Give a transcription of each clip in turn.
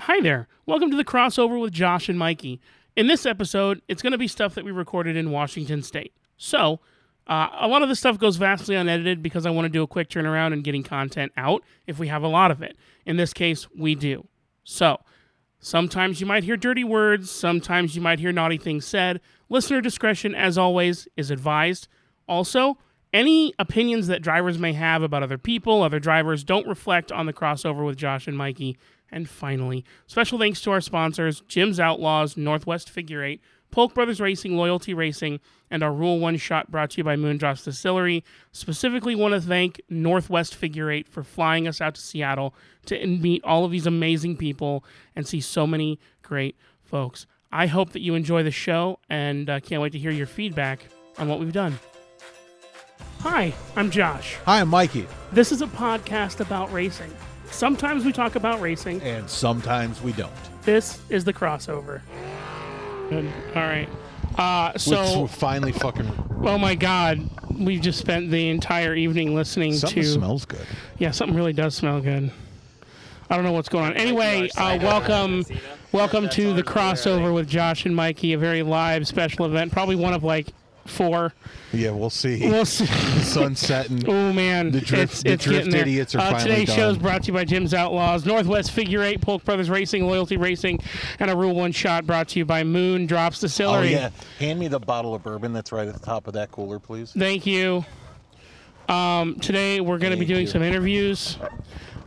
Hi there. Welcome to the crossover with Josh and Mikey. In this episode, it's going to be stuff that we recorded in Washington State. So, uh, a lot of this stuff goes vastly unedited because I want to do a quick turnaround and getting content out if we have a lot of it. In this case, we do. So, sometimes you might hear dirty words, sometimes you might hear naughty things said. Listener discretion, as always, is advised. Also, any opinions that drivers may have about other people, other drivers, don't reflect on the crossover with Josh and Mikey. And finally, special thanks to our sponsors, Jim's Outlaws, Northwest Figure 8, Polk Brothers Racing, Loyalty Racing, and our Rule 1 shot brought to you by Moondrops Distillery. Specifically, want to thank Northwest Figure 8 for flying us out to Seattle to meet all of these amazing people and see so many great folks. I hope that you enjoy the show and uh, can't wait to hear your feedback on what we've done. Hi, I'm Josh. Hi, I'm Mikey, This is a podcast about racing. Sometimes we talk about racing. and sometimes we don't. This is the crossover. Good. All right. Uh, We're so, finally fucking. oh my God, we've just spent the entire evening listening Something to. smells good. Yeah, something really does smell good. I don't know what's going on. Anyway, uh, welcome, welcome to the crossover with Josh and Mikey, a very live special event, probably one of like four. Yeah, we'll see. We'll see. the sun's setting. Oh man, The drift- it's, the it's drift getting there. idiots are uh, finally Today's done. show is brought to you by Jim's Outlaws, Northwest Figure Eight, Polk Brothers Racing, Loyalty Racing, and a Rule One Shot brought to you by Moon Drops Oh Distillery. yeah, hand me the bottle of bourbon that's right at the top of that cooler, please. Thank you. Um, today we're going to be Thank doing you. some interviews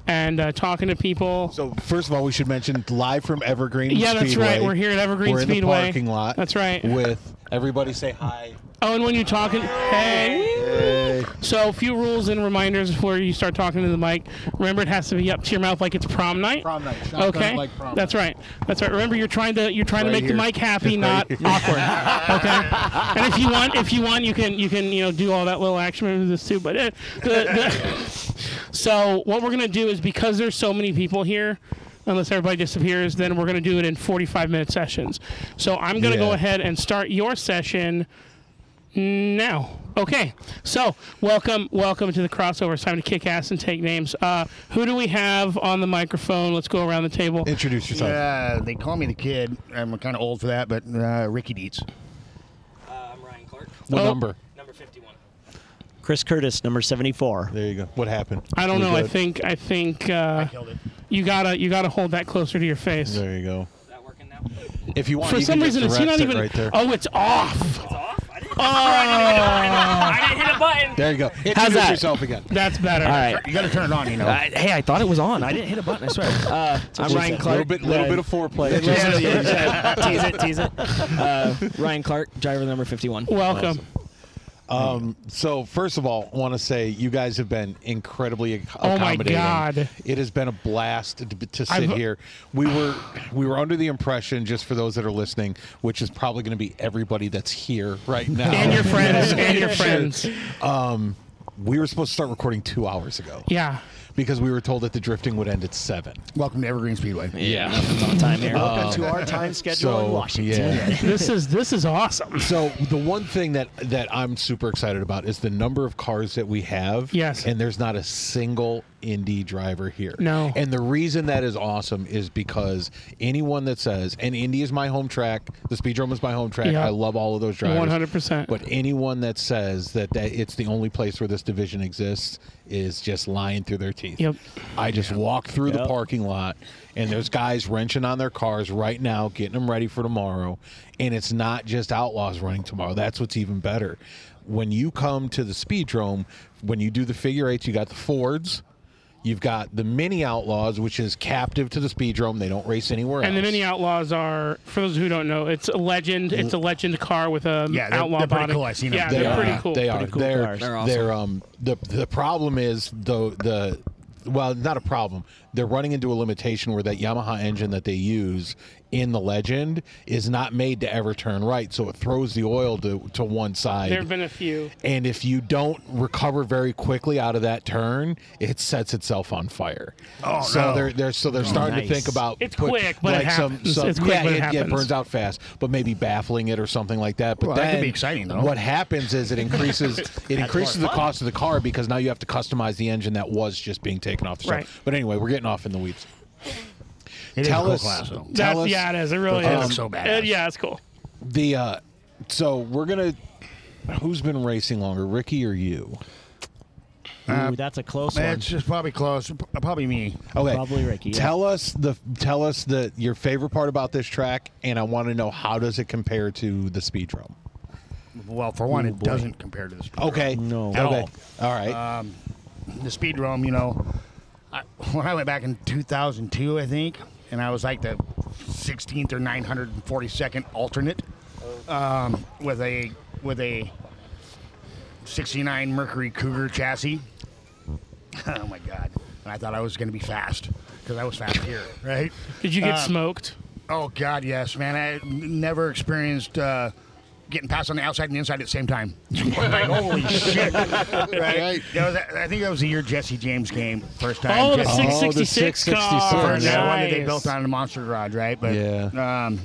and uh, talking to people. So first of all, we should mention live from Evergreen. yeah, that's Speedway. right. We're here at Evergreen We're in Speedway. the parking lot. That's right. With Everybody say hi. Oh, and when you're talking, hey. So, a few rules and reminders before you start talking to the mic. Remember, it has to be up to your mouth like it's prom night. prom night. Okay, that's right. That's right. Remember, you're trying to you're trying to Right make the here. mic happy, not Right here. awkward. Okay. and if you want, if you want, you can you can you know do all that little action moves with this too. But uh, the, the, so what we're gonna do is because there's so many people here. Unless everybody disappears, then we're going to do it in 45 minute sessions. So I'm going to Yeah. go ahead and start your session now. Okay. So welcome, welcome to the crossover. It's time to kick ass and take names. Uh, who do we have on the microphone? Let's go around the table. Introduce yourself. Uh, they call me the kid. I'm kind of old for that, but uh, Ricky Dietz. Uh, I'm Ryan Clark, What oh. number? number 51. Chris Curtis, number 74. There you go. What happened? I don't We know. I good? think I think uh, Killed it. you gotta you gotta hold that closer to your face. There you go. Is that working now? If you want, For you some can reason, just it's not direct it even. right there. Oh, it's off. It's off? I didn't, I didn't hit a button. There you go. Introduce that? yourself again. That's better. All right. You got to turn it on, you know. I, hey, I thought it was on. I didn't hit hit a button, I swear. it. Uh, I'm Ryan A Clark. little bit, little bit of foreplay. Yeah, yeah, yeah. tease it, tease it. Uh, Ryan Clark, driver number 51. Welcome. Um, so first of all, I want to say you guys have been incredibly ac- Oh accommodating. my God. It has been a blast to, to sit I've- here. We were we were under the impression, just for those that are listening, which is probably going to be everybody that's here right now. And your friends. and your friends. we were supposed to start recording two hours ago. Yeah. Because we were told that the drifting would end at seven. Welcome to Evergreen Speedway. Yeah. on time here. Uh, Um, to our time schedule so, yeah. This is this is awesome. So the one thing that that I'm super excited about is the number of cars that we have. Yes. And there's not a single indie driver here. No. And the reason that is awesome is because anyone that says and Indy is my home track, the Speedrome is my home track. Yep. I love all of those drivers. 100%. But anyone that says that, that it's the only place where this division exists is just lying through their teeth. Yep. I just walk through the Yep. parking lot, and there's guys wrenching on their cars right now, getting them ready for tomorrow. And it's not just outlaws running tomorrow. That's what's even better. When you come to the Speedrome, when you do the figure eights, you got the Fords. You've got the mini outlaws, which is captive to the speedrome. They don't race anywhere And the else. mini outlaws are, for those who don't know, it's a legend. It's a legend car with a Yeah, they're- outlaw they're pretty body. cool. I've seen them. yeah, They they're are. pretty cool. They are. Pretty cool they're, cars. They're, They're awesome. um the the problem is the the well not a problem. They're running into a limitation where that Yamaha engine that they use in the Legend is not made to ever turn right, so it throws the oil to to one side. There have been a few. and if you don't recover very quickly out of that turn, it sets itself on fire. Oh, so no. they're, they're so Oh, they're starting to nice. think about It's put- quick, but it like some, happens. some- It's quick, yeah, but it yeah, happens. burns out fast, but maybe baffling it or something like that. But Well, then that could be exciting, though. What happens is it increases it increases the cost of the car because now you have to customize the engine that was just being taken off the shelf. Right. But anyway, we're getting off in the weeds. It is a tell cool us, class, though. tell That's- us, yeah, it is. It really It is. looks so Uh, badass. yeah, it's cool. The uh, so we're gonna. Who's been racing longer, Ricky or you? Ooh, that's a close one. It's just probably close. P- Probably me. Okay, Probably Ricky, yeah. Tell us the tell us the your favorite part about this track, and I want to know how does it compare to the Speedrome? Well, for one, it doesn't compare to the speed. Okay, No. okay, At Uh, all right. the speed room, you know, I, when I went back in 2002, I think, and I was like the 16th or 942nd alternate um, with a with a 69 Mercury Cougar chassis. oh my God! And I thought I was going to be fast because I was fast here, right? Did you Um, get smoked? Oh God, yes, man! I n- never experienced uh, getting passed on the outside and the inside at the same time. like, holy shit! Right? That was, I think that was the year Jesse James came first time. Oh, the Jesse- six- 666 car. first that one that they Nice. built on the Monster Garage, right? But Yeah. um,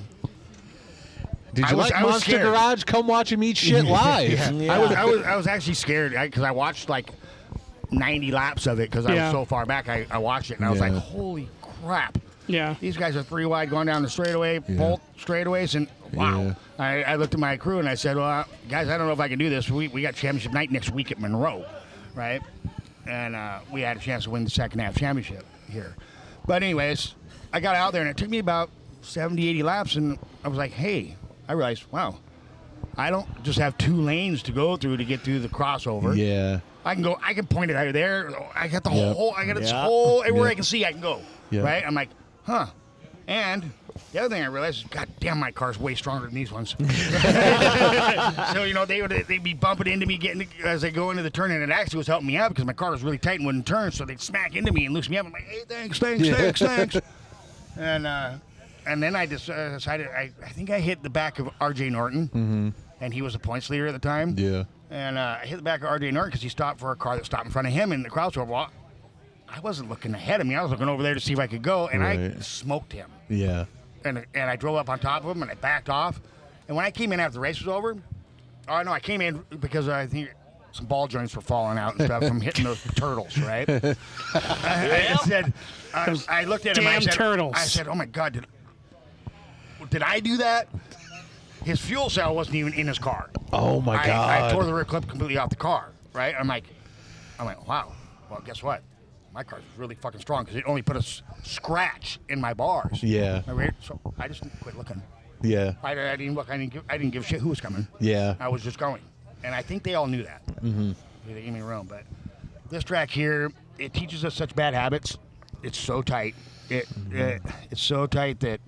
Did I you was- like I was Monster scared. Garage? Come watch him eat shit live. I was I was I was actually scared because I watched like 90 laps of it because I Yeah. was so far back. I, I watched it and I was Yeah. like, holy crap! Yeah. These guys are three wide going down the straightaway, both straightaways, and wow. Yeah. I, I looked at my crew and I said, well, uh, guys, I don't know if I can do this. We, we got championship night next week at Monroe, right? And uh, we had a chance to win the second half championship here. But, anyways, I got out there and it took me about 70, 80 laps, and I was like, hey, I realized, wow, I don't just have two lanes to go through to get through the crossover. Yeah. I can go. I can point it out of there. I got the Yep. whole. I got this Yeah. whole everywhere I Yep. can see. I can go. Yep. Right. I'm like, huh. And the other thing I realized is, God damn, my car's way stronger than these ones. so you know they would they'd be bumping into me, getting as they go into the turn, and it actually was helping me out because my car was really tight and wouldn't turn, so they'd smack into me and loosen me up. I'm like, hey, thanks, thanks, Yeah. thanks, thanks. And uh, and then I just uh, decided I, I think I hit the back of R.J. Norton, and he was the points leader at the time. Mm-hmm. Yeah. And uh, I hit the back of RJ Norton because he stopped for a car that stopped in front of him in the crossover. Well, I wasn't looking ahead of me. I was looking over there to see if I could go, and I Right. smoked him. Yeah. And and I drove up on top of him, and I backed off. And when I came in after the race was over, oh no, I came in because I think some ball joints were falling out and stuff from hitting those turtles, right? I, I said, I, I looked at him. I damn said, turtles. I said, oh my god, did did I do that? His fuel cell wasn't even in his car. Oh my I, I god. tore the rear clip completely off the car, right? I'm like, I'm like, wow. Well, guess what? My car's really fucking strong because it only put a s- scratch in my bars. Yeah. My rear- so I just quit looking. yeah. I, I didn't look. I didn't give. I didn't give a shit who was coming. Yeah. I was just going, and I think they all knew that. Mm-hmm. They gave me room, but this track here, it teaches us such bad habits. It's so tight. It, Mm-hmm. it it's so tight that,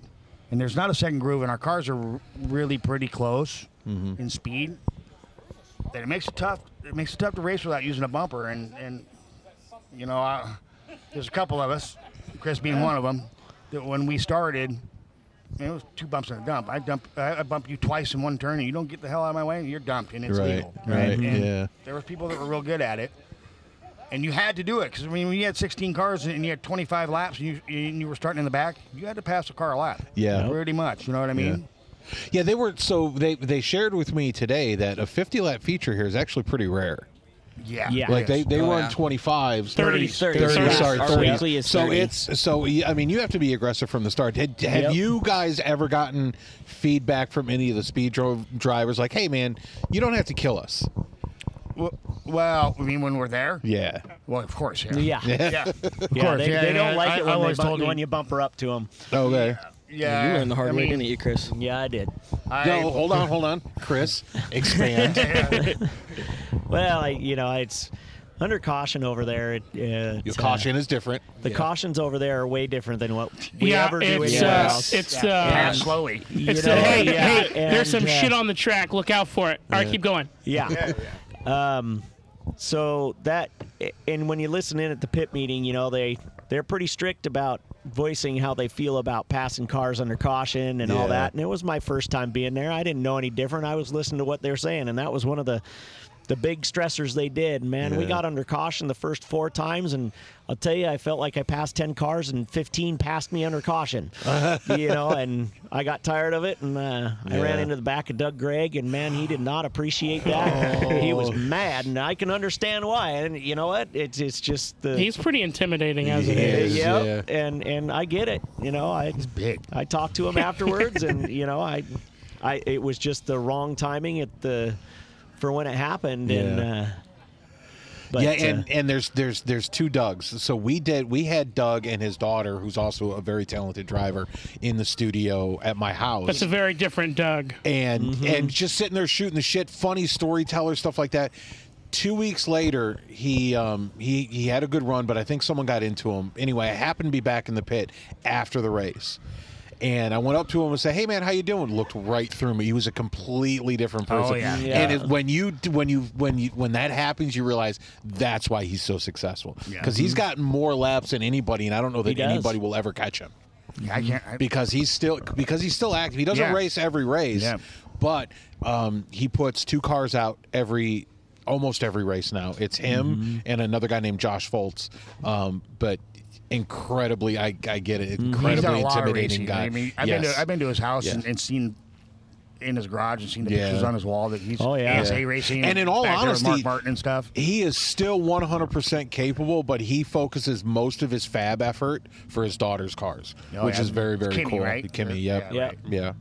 and there's not a second groove, and our cars are r- really pretty close Mm-hmm. in speed. That it makes it tough. It makes it tough to race without using a bumper, and and you know, I, there's a couple of us, Chris being one of them, that when we started. Man, it was two bumps and a dump. I dump, I I bump you twice in one turn, and you don't get the hell out of my way. You're dumped, and it's Right, legal. right, And yeah. There was people that were real good at it, and you had to do it because I mean, when you had 16 cars and you had 25 laps, and you and you were starting in the back, you had to pass a car a lap. Yeah. pretty much. You know what I mean? Yeah, they were so they they shared with me today that a 50 lap feature here is actually pretty rare. Yeah. Oh, Yeah. Like they they run yeah. 25s, 30s. 30s. 30s, 30s. sorry, Our 30s. weekly is so 30. it's so y- I mean you have to be aggressive from the start. Had- Have Yep. you guys ever gotten feedback from any of the speed dro- drivers like, "Hey man, you don't have to kill us." Well, well, I mean, when we're there. Yeah. Well, of course. Yeah. Yeah. Yeah. Yeah. Of they, course. yeah, they yeah, don't like I- it I when, they always bump, told when you bumper up to them. Okay. Yeah. you learned the hard I way, mean, didn't you, Chris? Yeah, I did. I- No, hold on, hold on. Chris, expand. Well, I, you know, it's under caution over there. It, uh, Your it's, uh, caution is different. The cautions over there are way different than what we yeah, ever do it's anywhere uh, else. it's Yeah, uh, slowly. You it's know, the hey, yeah, hey, there's some and, uh, shit on the track. Look out for it. All right, keep going. Yeah. Um, so that, and when you listen in at the pit meeting, you know they they're pretty strict about voicing how they feel about passing cars under caution and all Yeah. that. And it was my first time being there. I didn't know any different. I was listening to what they were saying, and that was one of the the big stressors they did. Man, we Yeah. got under caution the first four times, and I'll tell you, I felt like I passed ten cars, and fifteen passed me under caution. you know, and I got tired of it, and uh, I ran Yeah. into the back of Doug Gregg, and man, he did not appreciate that. He Oh. was mad, and I can understand why. And you know what? It's it's just the He's pretty intimidating as it He is. is, Yep, and and I get it. You know, I Big. I talked to him afterwards, and you know, I, I it was just the wrong timing at the for when it happened, and Yeah. uh, but yeah, uh, and, and there's there's there's two Dougs. So we did we had Doug and his daughter, who's also a very talented driver, in the studio at my house. That's a very different Doug. and Mm-hmm. and just sitting there shooting the shit, funny storyteller stuff like that. Two weeks later, he um, he he had a good run, but I think someone got into him. Anyway, I happened to be back in the pit after the race, and I went up to him and said, "Hey man, how you doing?" Looked right through me. He was a completely different Oh, person. yeah. Yeah. And it, when you when you when you when that happens, you realize that's why he's so successful Yeah. Mm-hmm. because he's gotten more laps than anybody, and I don't know that does. anybody will ever catch him I can't. I, because he's still because he's still active. He doesn't Yeah. race every race, Yeah. but um, he puts two cars out every almost every race now. It's him Mm-hmm. and another guy named Josh Foltz, um, but incredibly, I, I get it, Mm-hmm. he's done incredibly a lot of intimidating racing. guy. I mean, I've, been Yes. to, I've been to his house Yeah. and, and seen in his garage and seen the Yeah. pictures on his wall that he's Oh, yeah. ASA Yeah. racing And in all back there with honesty- Mark Martin and stuff. he is still 100% capable, but he focuses most of his fab effort for his daughter's cars, Oh, which yeah. is very, very Kimmy, cool. right? Kimmy, Yeah, yep. right. Yeah. yeah.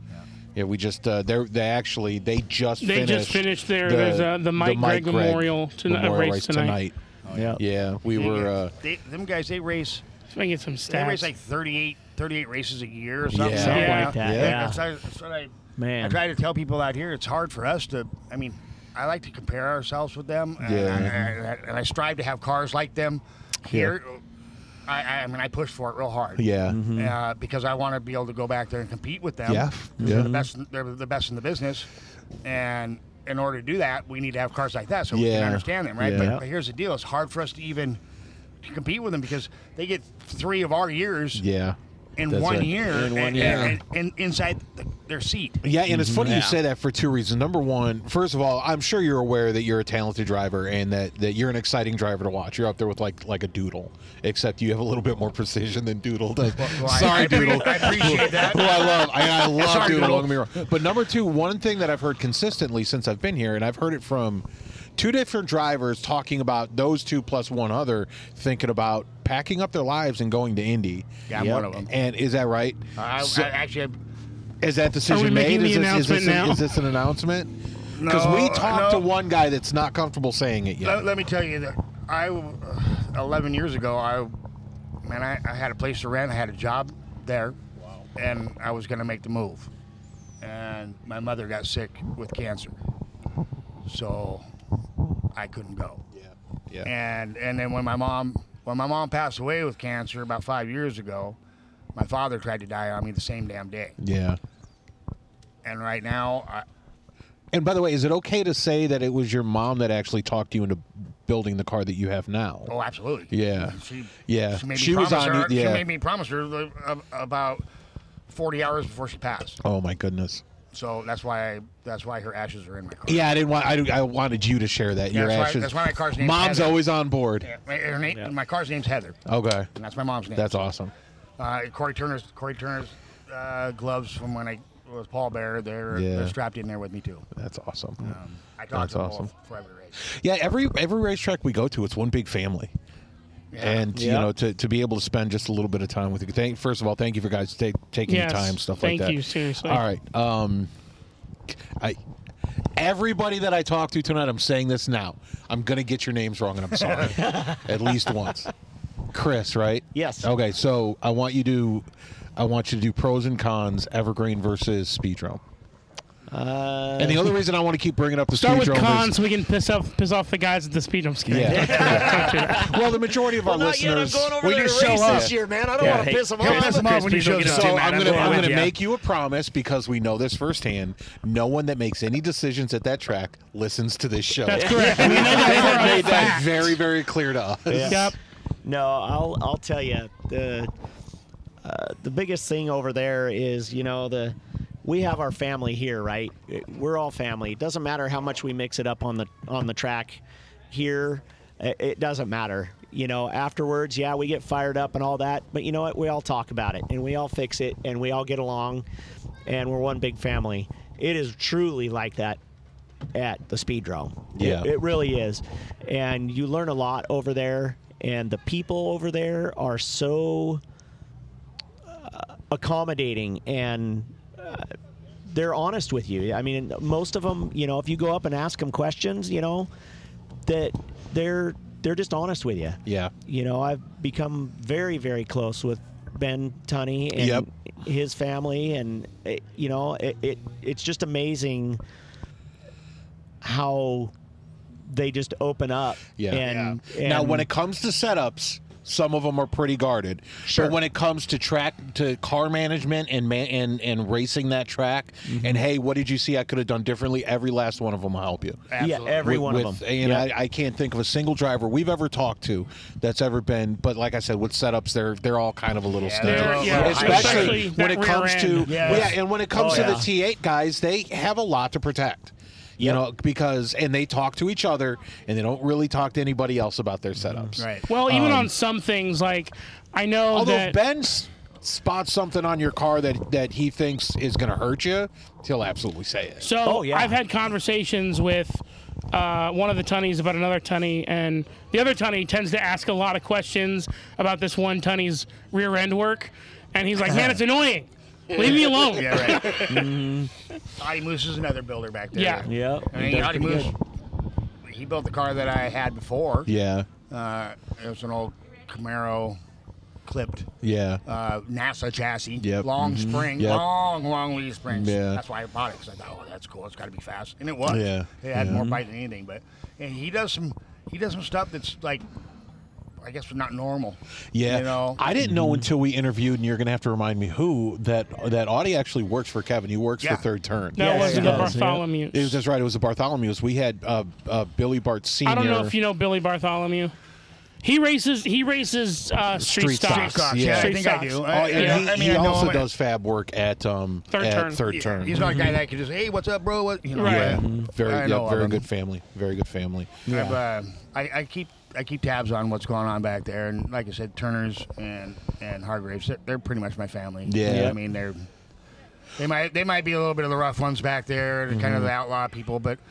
we just uh, they they actually they just They finished just finished their- there's, uh, the Mike Gregg Memorial tonight- uh, race tonight. uh, yeah. we were uh, they, them guys, they race. Let's make it some They race stats. like 38, 38 races a year or something. Yeah. Something Yeah. like that. Yeah. Yeah. That's, that's what I. Man. I try to tell people out here. It's hard for us to. I mean, I like to compare ourselves with them. and- Yeah. And, I- and I strive to have cars like them here. I, I, I mean, I push for it real hard. yeah Uh, because I want to be able to go back there and compete with them. Mm-hmm. Yeah, yeah. They're the best. They're the best in the business, and in order to do that, we need to have cars like that so we can Yeah. understand them, right? Yeah. But, but here's the deal: it's hard for us to even to compete with them because they get three of our years yeah in That's one right. year, In one and, year. and- and inside the, their seat. yeah and it's funny you say that for two reasons number one first of all i'm sure you're aware that you're a talented driver and that, that you're an exciting driver to watch you're up there with like like a doodle except you have a little bit more precision than doodle does well, I- sorry I appre- doodle I appreciate that. who i love i, I love Sorry, doodle, Doodle. don't get me wrong but number two one thing that i've heard consistently since i've been here and i've heard it from two different drivers talking about those two plus one other thinking about packing up their lives and going to indy Yeah, I'm one of them. and is that right I, I- So- I actually, is that decision Are we made? making the is, this, is, this announcement an- now? is this an announcement? Because No, we talked no. to one guy that's not comfortable saying it yet. let, let me tell you that I, uh, 11 years ago, I, man, I, I had a place to rent. I had a job there, and I was going to make the move. And my mother got sick with cancer, so I couldn't go. yeah. And and then when my mom when my mom passed away with cancer about five years ago, my father tried to die on me the same damn day. yeah. And right now, I, And by the way, is it okay to say that it was your mom that actually talked you into building the car that you have now? Oh, absolutely. Yeah. She, Yeah. She made me She was promise on her. it, yeah. She made me promise her the- ab- about 40 hours before she passed. Oh my goodness. So that's why I, that's why her ashes are in my car. Yeah, I didn't want. I, I wanted you to share that. Yeah, your that's why- ashes. that's why my car's named Mom's Heather. always on board. My, her name, my car's name's Heather, Okay, and that's my mom's name. that's awesome. uh, Corey Turner's Corey Turner's uh, gloves from when I was Paul Bear. They're, Yeah. they're strapped in there with me too. That's awesome. Um, I talked That's to them awesome. all for every race. Yeah, every every racetrack we go to, it's one big family. Yeah. And you Yeah. know to, to be able to spend just a little bit of time with you. Thank first of all, thank you for guys take, taking Yes, the time, stuff thank like that. you, seriously. All right, um, I everybody that I talk to tonight, I'm saying this now. I'm gonna get your names wrong, and I'm sorry. At least once, Chris, right? Yes. Okay, so I want you to, I want you to do pros and cons, Evergreen versus Speedrome. uh, And the only reason I want to keep bringing up the Start with Speedrome is- cons so we can piss off piss off the guys at the speed. I'm just kidding. Yeah. Don't do that. well, the majority of our not yet. I'm listeners, going over we to their just race show up. this year, man. I don't want to hey, piss them he'll piss 'em off. off. when he Chris, please don't shows get up. So too mad. I'm gonna, going I'm with gonna ya. make you a promise because we know this firsthand. No one that makes any decisions at that track listens to this show. That's correct. We know They that have for a made that fact. very, very clear to us. Yep. No, I'll I'll tell you the uh, the biggest thing over there is you know the we have our family here, right? We're all family. It doesn't matter how much we mix it up on the on the track here. i- It doesn't matter. You know, afterwards, yeah, we get fired up and all that, but you know what? We all talk about it and we all fix it and we all get along and we're one big family. It is truly like that at the speedrome. Yeah. It, it really is. And you learn a lot over there and the people over there are so accommodating and uh, they're honest with you. I mean, most of them, you know, if you go up and ask them questions, you know, that they're they're just honest with you. Yeah. You know, I've become very very close with Ben Tunney and Yep. his family, and it, you know, it, it it's just amazing how they just open up. Yeah. And, and now, when it comes to setups, some of them are pretty guarded. Sure. But when it comes to track to car management and man, and and racing that track, and hey, what did you see? I could have done differently. Every last one of them will help you. yeah, Absolutely. every with- one of with- them. And Yeah. I, I can't think of a single driver we've ever talked to that's ever been. But like I said, with setups, they're they're all kind of a little they're- stingy, yeah, especially, especially when that it rear comes to end. Yes. yeah, and when it comes Oh, to yeah. the T8 guys, they have a lot to protect. You Yep. know, because and they talk to each other, and they don't really talk to anybody else about their setups. Right. Well, even Um, on some things, like I know Although that if Ben s- spots something on your car that that he thinks is going to hurt you, he'll absolutely say it. So Oh, yeah. I've had conversations with uh, one of the tunnies about another tunny, and the other tunny tends to ask a lot of questions about this one tunny's rear end work, and he's like, "Man, it's annoying. Leave me alone." Yeah, right. Adi Moose is another builder back there. Yeah. Yeah. I mean, Adi Moose, he built the car that I had before. Yeah, Uh, it was an old Camaro clipped yeah, uh, NASA chassis. Yep. Mm-hmm. Long spring, Yep. long, long lead springs. Yeah. That's why I bought it because I thought, oh, that's cool. It's got to be fast, and it was. Yeah. It had Yeah. more bite than anything, but and he does some he does some stuff that's like, I guess, not normal. yeah. You know. I didn't know until we interviewed, and you're going to have to remind me who that that Audie actually works for Kevin. He works Yeah. for Third Turn. That Yes, was he the does, yeah. Bartholomew. It was that's right. It was the Bartholomew's. We had uh, uh, Billy Bart Senior. I don't know if you know Billy Bartholomew. He races. He races uh, street, Street stocks. stocks, Cox, yeah. yeah, I Street think stocks. I do. Oh, and Yeah. he, I mean, he I know also him. does fab work at um Third at Turn. Third Yeah, Turn. Mm-hmm. He's not a guy that can just, hey, what's up, bro? What, you know, Right. yeah. Very, I yeah, know of very him. good family. Very good family. I've, uh, I, I keep I keep tabs on what's going on back there, and like I said, Turner's and and Hargraves, they're, they're pretty much my family. Yeah. I mean they're they might they might be a little bit of the rough ones back there, and kind of the outlaw people, but I'll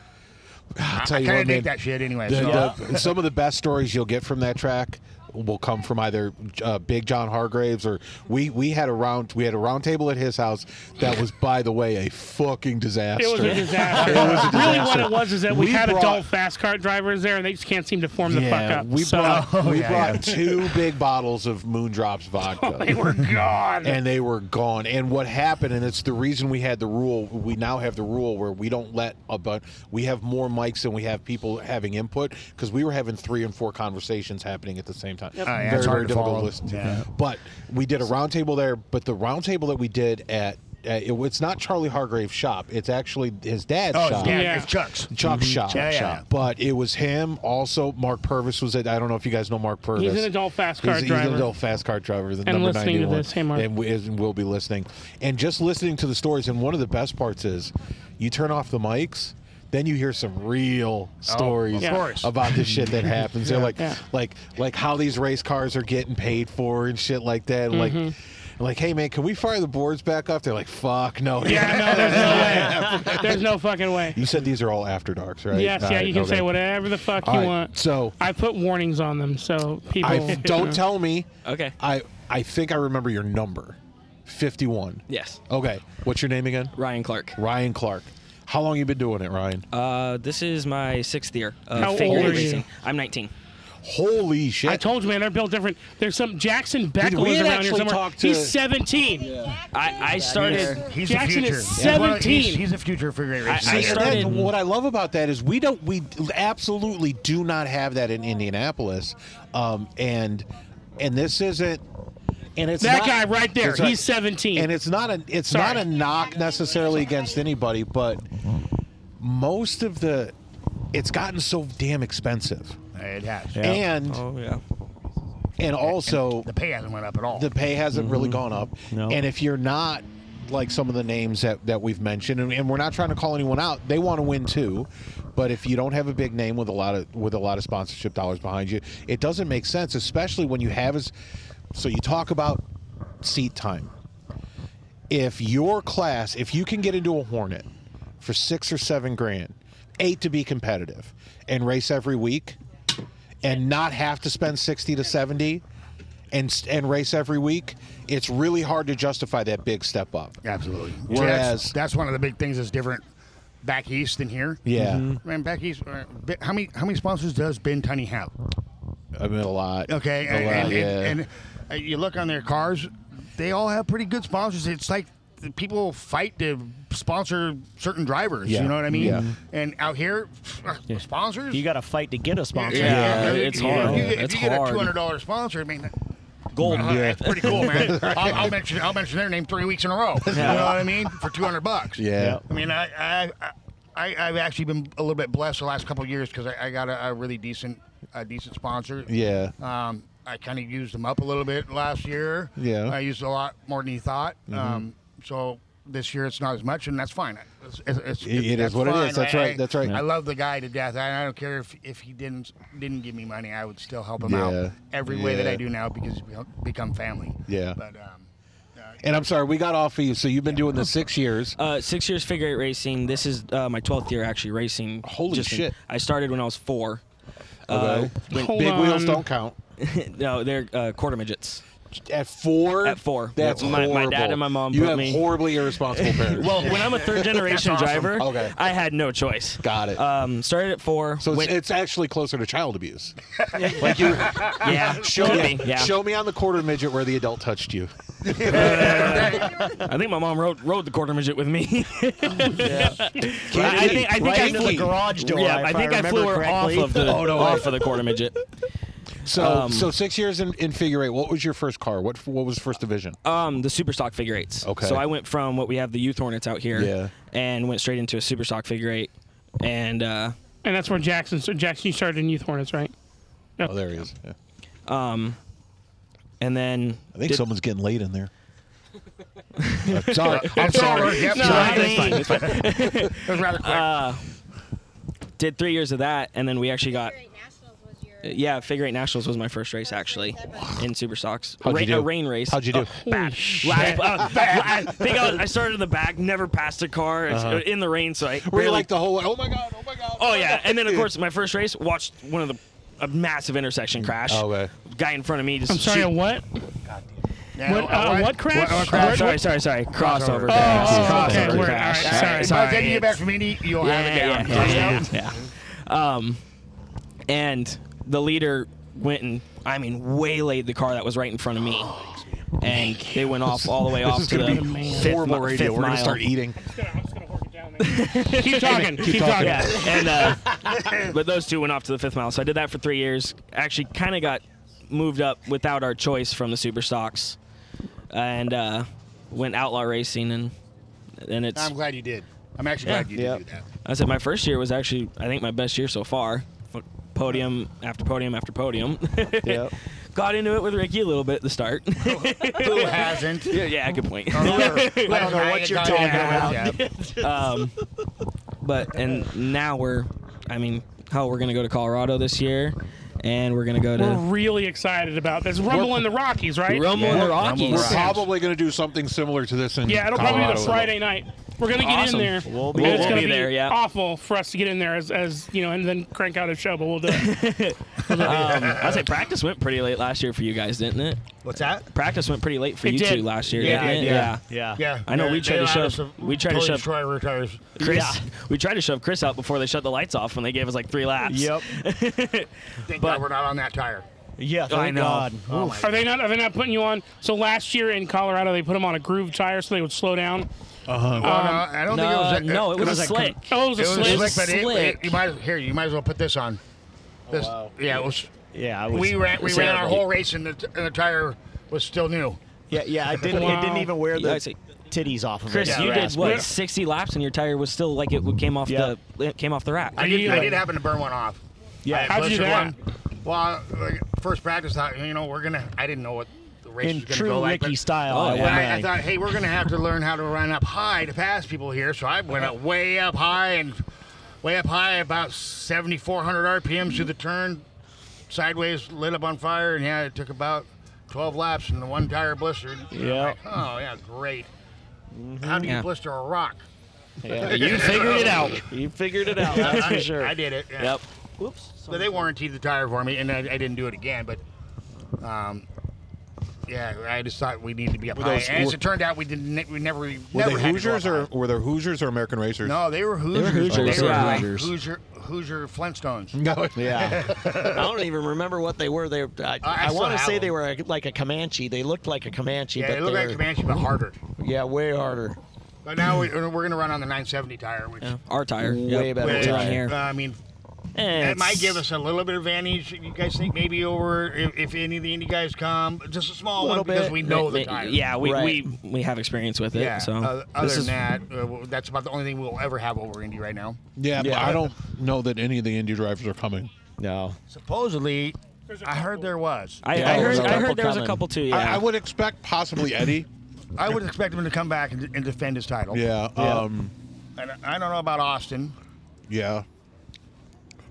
I Mm-hmm. tell you kind what, of man. dig that shit anyway. The- so. the- uh, some of the best stories you'll get from that track will come from either uh, Big John Hargraves or we we had a round we had a round table at his house that was by the way a fucking disaster. It was a disaster. Really, what it was is that we, We had brought- adult fast cart drivers there, and they just can't seem to form the fuck yeah, up. we so brought we yeah, brought two big bottles of Moondrops vodka. they were gone. and they were gone. And what happened, and it's the reason we had the rule. We now have the rule where we don't let a but we have more mics than we have people having input because we were having three and four conversations happening at the same time. Oh, yeah, it's hard to follow. Yeah. But we did a roundtable there. But the roundtable that we did at uh, it, it's not Charlie Hargrave's shop. It's actually his dad's oh, shop. it's, Dan- Yeah. it's Chuck's. Mm-hmm. Chuck's shop, Yeah, yeah, yeah. but it was him. Also, Mark Purvis was it. I don't know if you guys know Mark Purvis. He's an adult fast He's- card He's driver. an adult fast car driver. The And number listening to 91. this. Hey, Mark. And, we, and we'll be listening. And just listening to the stories. And one of the best parts is you turn off the mics. Then you hear some real stories course. about the shit that happens. They're like, Yeah. like, like how these race cars are getting paid for and shit like that. And Like, Mm-hmm. like, hey man, can we fire the boards back up? They're like, fuck no. Yeah, no, there's no way. There's no fucking way. You said these are all after darks, right? Yes, All yeah, right, you can okay. say whatever the fuck All you right, want. So I put warnings on them, so people I don't tell me. Okay. I I think I remember your number, fifty-one. Yes. Okay. What's your name again? Ryan Clark. Uh, Ryan Clark. How long you been doing it, Ryan? Uh, this is my sixth year of How figure old are racing. you? I'm 19. Holy shit! I told you, man, they're built different. There's some Jackson Beckel we is had around here actually somewhere. talked to- He's 17. I, I started. He's Jackson the future. is He's one of- 17. He's, he's a future for great I See, racing. and started- that- what I love about that is we don't we absolutely do not have that in Indianapolis, um, and and this isn't and it's That not- guy right there, it's not- he's 17. and it's not a it's Sorry. not a knock necessarily against anybody, but most of the it's gotten so damn expensive, it has. and Oh yeah. and also The pay hasn't went up at all. the pay hasn't really gone up. No. And if you're not like some of the names that, that we've mentioned, and, and we're not trying to call anyone out. They want to win too, but if you don't have a big name with a lot of with a lot of sponsorship dollars behind you, it doesn't make sense, especially when you have as. So you talk about seat time. If your class, if you can get into a Hornet for six or seven grand, eight to be competitive, and race every week, and not have to spend 60 to 70 and and race every week it's really hard to justify that big step up Absolutely. See, Whereas- that's, that's one of the big things that's different back east than here. yeah I mean, back east, uh, Ben- how many how many sponsors does Ben Tunney have? i mean a lot Okay, a and, lot, and, yeah. and, and, uh, you look on their cars, they all have pretty good sponsors. It's like the people fight to sponsor certain drivers. Yeah. You know what I mean? Yeah. And out here, uh, sponsors. You got to fight to get a sponsor. Yeah, it's you- hard. You, get- if It's you get hard. a two hundred dollar sponsor, I mean, Gold. uh, that's pretty cool, man. I'll, I'll mention I'll mention their name three weeks in a row. You know what I mean? For two hundred bucks. yeah I mean, I, I, I, I've actually been a little bit blessed the last couple of years because I, I got a, a really decent, a decent sponsor. yeah Um, I kind of used them up a little bit last year. Yeah. Mm-hmm. I used a lot more than you thought. Um, so this year it's not as much, and that's fine. It's, it's, it's, It- it is that's what it is. fine. That's I- right. That's right. I love the guy to death. I, I don't care if, if he didn't didn't give me money. I would still help him Yeah. out every way that Yeah. I do now because we become family. Yeah. But um, uh, and i'm sorry we got off of you so you've been doing this six years Uh, six years figure eight racing. This is uh, my 12th year actually racing. Holy Just in- shit. I started when I was four. okay. wait, big hold wheels on. don't count No, they're uh, quarter midgets. at four At four. that's My- my horrible. dad and my mom you put have me- horribly irresponsible parents Well, when I'm a third generation driver, Okay. I had no choice. Got it. Um, started at four. so it's, went- it's actually closer to child abuse like you yeah, show could me be, yeah. show me on the quarter midget where the adult touched you I think my mom rode, rode the quarter midget with me. Oh, I, I think I think right I into flew- the garage door. Yeah, if I think I, remember flew her off correctly. of the Oh, off of the quarter midget. So, Um, so six years in, in figure eight. What was your first car? What what was first division? Um, the super stock figure eights. Okay. So I went from what we have the youth hornets out here, Yeah. and went straight into a super stock figure eight, and uh, And that's where Jackson. So Jackson, you started in Youth Hornets, right? oh, there he is. Yeah. and then I think did- someone's getting late in there. I'm sorry. I'm uh, sorry. sorry. Yep, No, sorry. I mean- It was rather quick. did three years of that, and then we actually got Nationals was your yeah figure eight nationals was my first race actually in super stocks. How'd you Rain- do? A rain race. How'd you do? Holy shit. Last, uh, I think I, was, I started in the back, never passed a car it's uh, in the rain, so Were I you barely- like the whole? Oh my god! Oh my god! Oh yeah, and then of course my first race watched one of the a massive intersection crash. Oh, okay. Guy in front of me just. I'm sorry. shoot- A what? Yeah, What, uh, what crash? What, what Oh, crash? sorry, sorry, sorry. Crossover. Crossover. crash. Oh, Crossover okay, we're- all crash. right, All sorry. right, By the time you sorry. get back from Indy, you'll have it Yeah, down. yeah, yeah, yeah, yeah. Um, and the leader went and I mean waylaid the car that was right in front of me, and they went off all the way off to the fifth, Horrible mi- radio. fifth We're gonna mile. start eating. I'm just gonna work it down. keep talking. keep, talking. Yeah, and uh, but those two went off to the fifth mile. So I did that for three years. Actually, kind of got moved up without our choice from the super stocks, and uh, went outlaw racing, and and it's. I'm glad you did. I'm actually glad you Yeah. did do that. I said my first year was actually I think my best year so far. F- Podium after podium after podium. Yep. Got into it with Ricky a little bit at the start. Who hasn't? yeah, yeah, good point. I don't know what you're talking about. um, but and now we're, I mean, how we're gonna go to Colorado this year, and we're gonna go We're to really excited about this. Rumble in the Rockies, right? Rumble in the Rockies. We're probably gonna do something similar to this in Yeah, it'll probably be Colorado. the Friday night. We're gonna get Awesome. in there. We'll be- and it's we'll gonna be there, yeah. awful for us to get in there as, as you know, and then crank out a show. But we'll do it. Um, I say practice went pretty late last year for you guys, didn't it? What's that? Practice went pretty late for It you did. two last year, Yeah, it didn't did, it? yeah. Yeah. Yeah. I know, we they- tried to they allowed shove- us to we tried to totally shove- Destroy our tires. Chris, Yeah. we tried to shove Chris out before they shut the lights off when they gave us like three laps. Yep. Thank God we're not on that tire. Yeah. Thank know. God. Oh my. Are they not? Are they not putting you on? So last year in Colorado, they put them on a groove tire so they would slow down. Oh, no, I don't No, think it was. that- Uh, no, it was a slick. Oh, it was a It was slick. slick, but it, Slick. it, you might here. You might as well put this on. This, Yeah, it was. Yeah. I was, We ran. We ran our terrible. whole race, and the, t- and the tire was still new. Yeah. Yeah. I didn't. It didn't even wear Yeah, the I see. titties off of Chris, it. you Yeah. did what? 60 laps and your tire was still like it came off Yeah. the it came off the rack. I did, I Yeah. did happen to burn one off. Yeah. I had How'd you blistered do that? One. Well, I- like, first practice, I, you know, we're gonna. I didn't know what race In was gonna true go like, Ricky but- style, Oh, I yeah. But went I, I like, thought, hey, we're gonna have to learn how to run up high to pass people here. So I went up way up high and way up high, about 7,400 RPMs through the turn, sideways, lit up on fire, and yeah, it took about 12 laps and the one tire blistered. Yeah. Like, oh yeah, great. How do you Yeah. blister a rock? Mm-hmm. yeah, you figured it out. You figured it out. That's I, for sure. I did it. yeah. Yep. Oops. But they warranted the tire for me, and I, I didn't do it again. But, um, yeah, I just thought we needed to be up Were high. those- and as were- it turned out, we didn't. We never. We Were never they had to go Hoosiers up or high. were there Hoosiers or American Racers? No, they were Hoosiers. Hoosiers. They were Yeah. like Hoosiers. Hoosier, Hoosier Flintstones. No. Yeah, I don't even remember what they were. They, I, I, still want to have say they them. were a, like a Comanche. They looked like a Comanche, Yeah, but they look they're like Comanche, but harder. yeah, way harder, But now we, we're going to run on the 970 tire, which Yeah, Our tire. way Yep. better. which, we're on tire. here. uh, I mean, Eh, that might it's- give us a little bit of advantage. You guys think maybe over if, if any of the indie guys come, just a small Little one because bit. we know Ma- the ma- tire. Yeah, we, Right. we we have experience with it. Yeah. So uh, other this than is that, uh, well, that's about the only thing we'll ever have over Indy right now. Yeah, but Yeah. I don't know that any of the Indy drivers are coming. No, Supposedly, There's a I heard couple. there was. I, Yeah, I there was heard a I couple heard there was a coming. couple too. Yeah. I, I would expect possibly Eddie. I would expect him to come back and, and defend his title. Yeah. Um, And I don't know about Austin. yeah.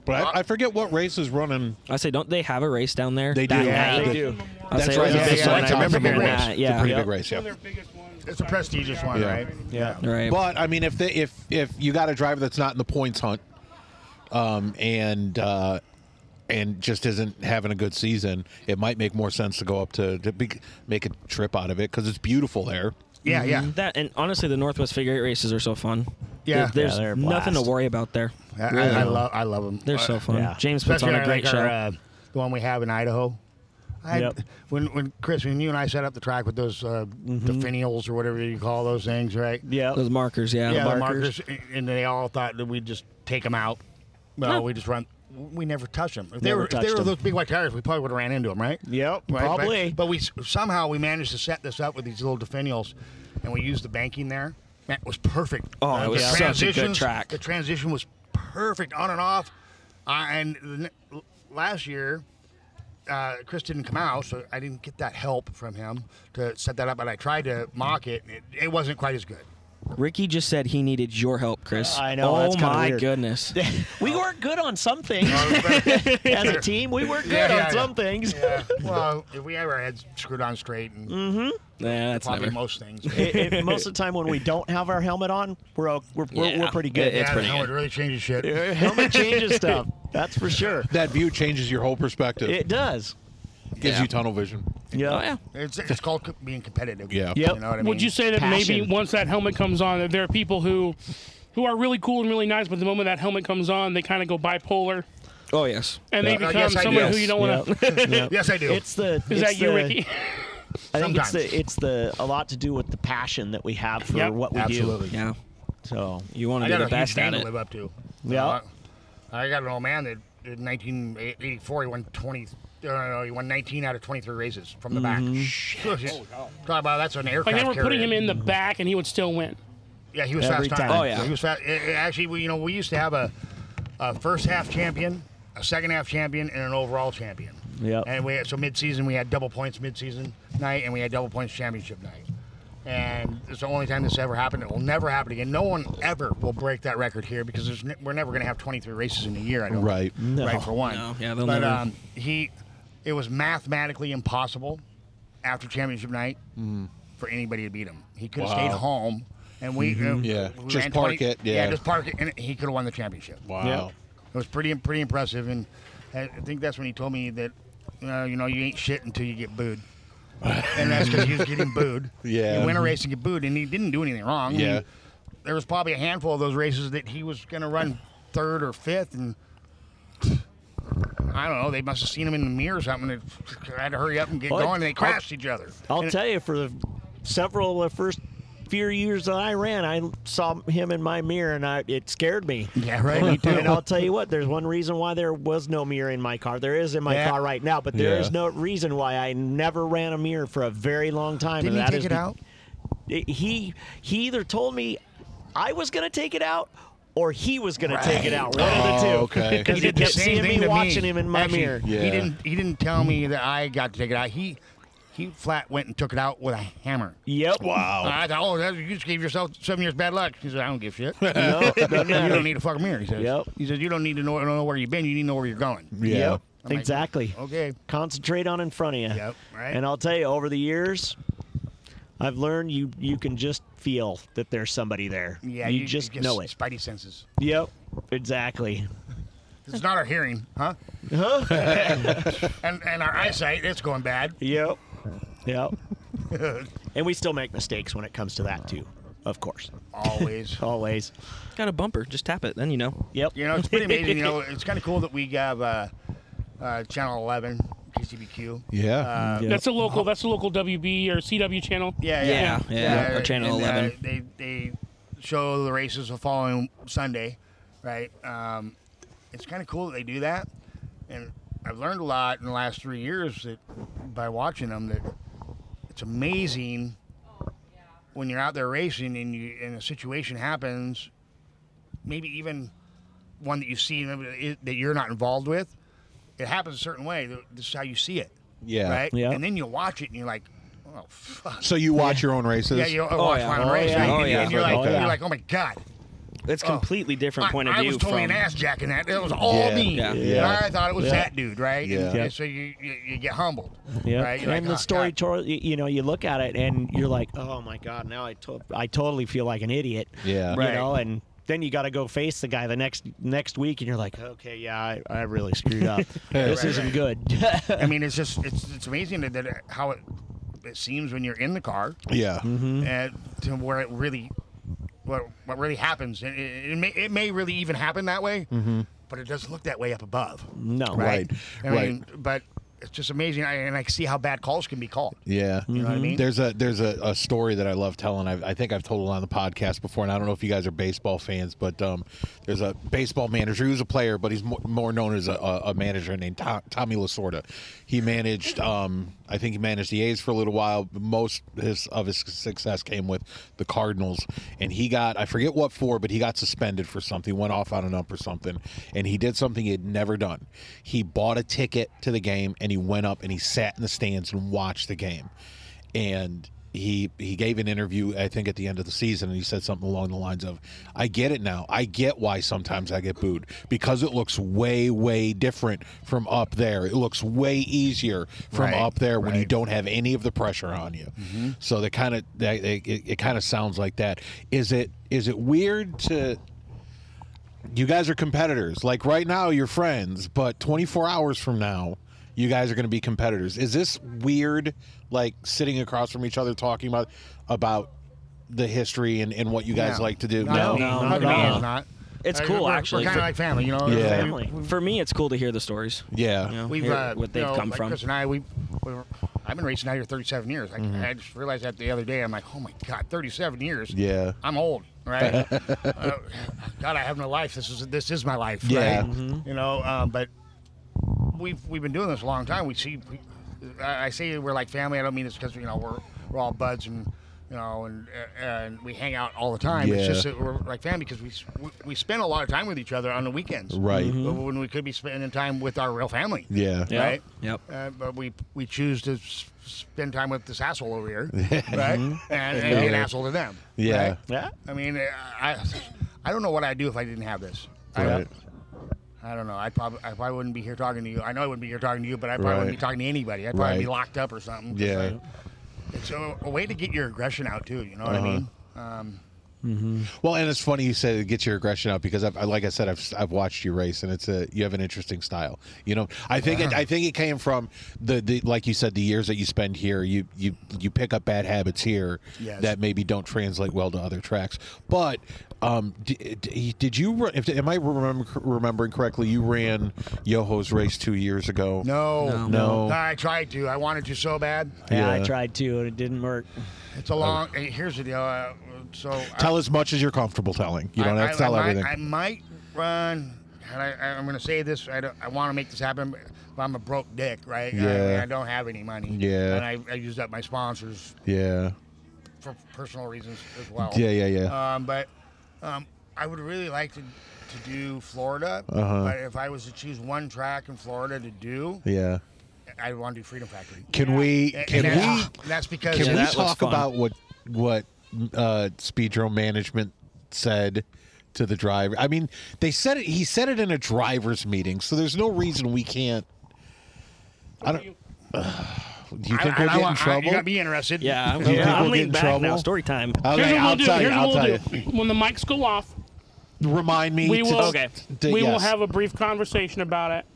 But I, I forget what race is running. I say, don't they have a race down there? They do. That Yeah, night? they do. I That's say, right. it was yeah, a big yeah, one. that's I a big remember race. that. It's It's a Yeah. pretty Yep. big One race. Yeah. of their biggest ones. It's a prestigious one, Yeah. right? yeah, Right. But I mean, if they, if if you got a driver that's not in the points hunt, um, and uh, and just isn't having a good season, it might make more sense to go up to, to be, make a trip out of it because it's beautiful there. Yeah, Mm-hmm. yeah. That and honestly, the Northwest Figure Eight races are so fun. Yeah. There- there's Yeah, they're a nothing to blast. worry about there. I, I- I love I love them. They're so fun. yeah. James puts Uh, on Especially on a great like show. our, uh, the one we have in Idaho. I, Yep. When when Chris, when you and I set up the track with those uh, the finials or whatever you call those things, right? yeah. Those markers, Mm-hmm. yeah. uh, yeah, the the mark- markers. and they all thought that we'd just take them out. Well, No. we just run. We never touched them. If they Never were, if touched they were 'em. those big white tires, we probably would have ran into them, right? Yep, Right, but- probably. But, we s- somehow we managed to set this up with these little definials, and we used the banking there. That was perfect. Oh, it was the such a good transitions- track. The transition was perfect on and off. Uh, and the, n- last year, uh, Chris didn't come out, so I didn't get that help from him to set that up. But I tried to mock it. and It, it wasn't quite as good. Ricky just said he needed your help, Chris. I know, Oh that's kinda my weird. goodness. we work good on some things as a team. We work good Yeah, yeah, on some yeah. things. Yeah. Well, if we ever had screwed on straight, and yeah, that's probably never. most things. It- it- most of the time, when we don't have our helmet on, we're o- we're, we're, we're Yeah. pretty good. It- it's yeah, pretty no, good. it really changes shit. Uh, helmet changes stuff. That's for sure. That view changes your whole perspective. It does. Oh, gives Yeah. you tunnel vision. Yeah. Oh yeah. It's, it's called co- being competitive. Yeah. Yep. You know what I mean? Would you say that maybe passion. once that helmet comes on, that there are people who, who are really cool and really nice, but the moment that helmet comes on, they kind of go bipolar Oh yes. and they Yeah. Uh, become yes, I do. someone who Yes. you don't want to. Yes, I do. It's the. Is it's that you, the- Ricky? I think it's Sometimes. the. It's the a lot to do with the passion that we have for Yep. what we Absolutely. Yeah. do. So You want I to got be a the huge best thing at to it. live up to. Yeah. Uh, I got an old man that in 1984 he won 20. Uh, he won 19 out of 23 races from the back. Talk about that's an aircraft. Like they were putting carrier. him in the back, and he would still win. Yeah, he was Every fast time. time. Oh, yeah. he was fast. Actually, we, you know, we used to have a, a first half champion, a second half champion, and an overall champion. Yep. And we so mid season we had double points mid season night, and we had double points championship night. And it's the only time this ever happened. It will never happen again. No one ever will break that record here because there's ne- we're never going to have 23 races in a year. I don't think. Right. Right for one. No, yeah, they'll but never- um, he, it was mathematically impossible after championship night for anybody to beat him. He could have stayed Wow. Mm-hmm. home, and we uh, Yeah, we just ran park it, yeah. just park it, and he could have won the championship. Wow. It was pretty pretty impressive, and I I think that's when he told me that, uh, you know, you ain't shit until you get booed. and that's because he was getting booed. Yeah. Mm-hmm. You win a race and get booed, and he didn't do anything wrong. I mean, Yeah. there was probably a handful of those races that he was going to run third or fifth, and I don't know. They must have seen him in the mirror or something. And had to hurry up and get Well, going, and they I'll- crashed each other. I'll And- tell you, for the several of the first few years that I ran, I saw him in my mirror, and I, it scared me. Yeah, right. Me too. And I'll tell you what, there's one reason why there was no mirror in my car. There is in my Yeah. car right now, but there is Yeah. no reason why I never ran a mirror for a very long time. Didn't he and that take is it be- out? it- he he either told me I was going to take it out or he was going to take it out. One of the two. Oh, okay. Because He he, did the kept same seeing thing me to watching him in my Actually, mirror. Yeah. He didn't. He didn't tell me that I got to take it out. He He flat went and took it out with a hammer. Yep. Oh, I thought, oh, that, you just gave yourself seven years bad luck. He said, I don't give a shit. you Yep. don't need a fucking mirror. He says. Yep. He says, you don't need to know, know where you've been. You need to know where you're going. Yeah. Yep. Exactly. Okay. Concentrate on in front of you. Yep, right. And I'll tell you, over the years, I've learned you you can just feel that there's somebody there. Yeah. You, just know it. Spidey senses. Yep. Exactly. It's not our hearing, huh? and and our eyesight, it's going bad. Yep. Yep. and we still make mistakes when it comes to that too. Of course. Always. Always. Got a bumper. Just tap it. Then you know. Yep. You know, it's pretty amazing. You know, it's kind of cool that we have uh, uh, Channel 11, KCBQ. Yeah. Uh, Yeah. That's a local. That's a local WB or CW channel. yeah, Yeah, yeah, yeah, or Channel and, uh, 11. they they show the races the following Sunday, right? Um, it's kind of cool that they do that, and I've learned a lot in the last three years that by watching them that it's amazing when you're out there racing and you and a situation happens, maybe even one that you see that you're not involved with, it happens a certain way. This is how you see it, Yeah. right? Yeah. And then you watch it and you're like, oh fuck. So you watch your own races? Yeah, you oh, watch yeah. Ron Oh, Race, yeah. right? Oh, and, yeah. and you're like, Okay. you're like, oh my god, It's completely different Oh. I, point of I view was totally from an ass jack in that. It was all Yeah. me. Yeah. And I thought it was Yeah. that dude, right? And- Yeah. And, Yeah. so you, you you get humbled, Yeah, right? You're and like, the "Oh, story, God." tor- y- you know, you look at it and you're like, oh my god, now I, to- I totally feel like an idiot. Yeah. you Right. know, and then you got to go face the guy the next next week, and you're like, okay, yeah, I, I really screwed up. this Right, isn't right. good. I mean, it's just it's it's amazing that, that it- how it it seems when you're in the car Yeah. and to where it really what what really happens. It, it, it may it may really even happen that way, but it doesn't look that way up above, no, right? Right. I Right. mean, but it's just amazing, I, and I see how bad calls can be called. Yeah. You know what I mean? There's a there's a, a story that I love telling. I, I think I've told it on the podcast before, and I don't know if you guys are baseball fans, but um, there's a baseball manager who's a player, but he's more, more known as a, a a manager named Tom, Tommy Lasorda. He managed, um, I think he managed the A's for a little while. Most his, of his success came with the Cardinals, and he got I forget what for, but he got suspended for something, went off on an ump or something, and he did something he had never done. He bought a ticket to the game, and he went up and he sat in the stands and watched the game and he he gave an interview I think at the end of the season and he said something along the lines of I get it now. I get why sometimes I get booed because it looks way way different from up there. It looks way easier from Right, up there when you right. Mm-hmm. don't have any of the pressure on you. So they kind of that it, it kind of sounds like that. Is it is it weird to you guys are competitors. Like right now, you're friends, but 24 hours from now, you guys are going to be competitors. Is this weird? Like sitting across from each other, talking about about the history and, and what you guys No. like to do. Not No, to me. No, not to no. me, it's not. It's Uh, cool, we're, actually. We're kind For- of like family, you know. Yeah. Family. For me, it's cool to hear the stories. yeah, You know, We've hear uh, what you they've know, come like from. Chris and I, we, we were, I've been racing out here 37 years. I, I just realized that the other day. I'm like, oh my god, 37 years. yeah, I'm old, right? Uh, God, I have no life. This is this is my life, Yeah. right? You know, um, but we've we've been doing this a long time. We see, we, I I say we're like family. I don't mean it's because you know we're we're all buds and you know and uh, and we hang out all the time. It's Yeah. just that we're like family because we, s- we we spend a lot of time with each other on the weekends, right, But When we could be spending time with our real family, yeah, Yeah. right? Yep. Uh, but we we choose to s- spend time with this asshole over here, right? And, and be an asshole to them, Mm-hmm. Yeah. right? Yeah. I mean, uh, I I don't know what I'd do if I didn't have this. I Right. don't, I don't know. I probably I probably wouldn't be here talking to you. I know I wouldn't be here talking to you, but I probably Right. wouldn't be talking to anybody. I'd probably be Right. locked up or something. 'cause, Yeah. like, it's a, a way to get your aggression out too. You know Uh-huh. what I mean? Um, Well, and it's funny you said it gets your aggression out because, I've, I- like I said, I've, I've watched you race, and it's a you have an interesting style. You know, I think Uh-huh. it, I think it came from the, the like you said the years that you spend here. You you you pick up bad habits here Yes. that maybe don't translate well to other tracks. But um, did, did you ru- if am I remember, remembering correctly? You ran Yoho's race two years ago. no, No. No. I tried to. I wanted to so bad. Yeah, I Yeah. tried to, and it didn't work. It's a long. eh, Here's the deal. Uh, so I- Oh. Tell as much as you're comfortable telling. You don't I, have to tell I, I everything. Might, I might run, and I, I, I'm going to say this. I, don't- I want to make this happen, but I'm a broke dick, right? I- I, Yeah. don't have any money. Yeah. And I, I used up my sponsors yeah, for personal reasons as well. yeah, yeah, yeah. Um, but um, I would really like to, to do Florida. But if I was to choose one track in Florida to do, Uh-huh. yeah, I want to do Freedom Factory. Can we? And- Can we? and that's, That's because Can we that looks talk fun. about what what uh, Speedro management said to the driver? I mean, they said it. He said it in a drivers' meeting, so there's no reason we can't. I don't. Do you I- think I- we'll I get in want- I- trouble? You got me interested. Yeah, I'm, think yeah, I'm we'll get leaning in back now. trouble? Story time. Okay, Here's what I'll we'll do. tell you. Here's I'll what we'll tell do. When the mics go off, you. Remind me. we to- will. Okay. to- we will yes, have a brief conversation about it.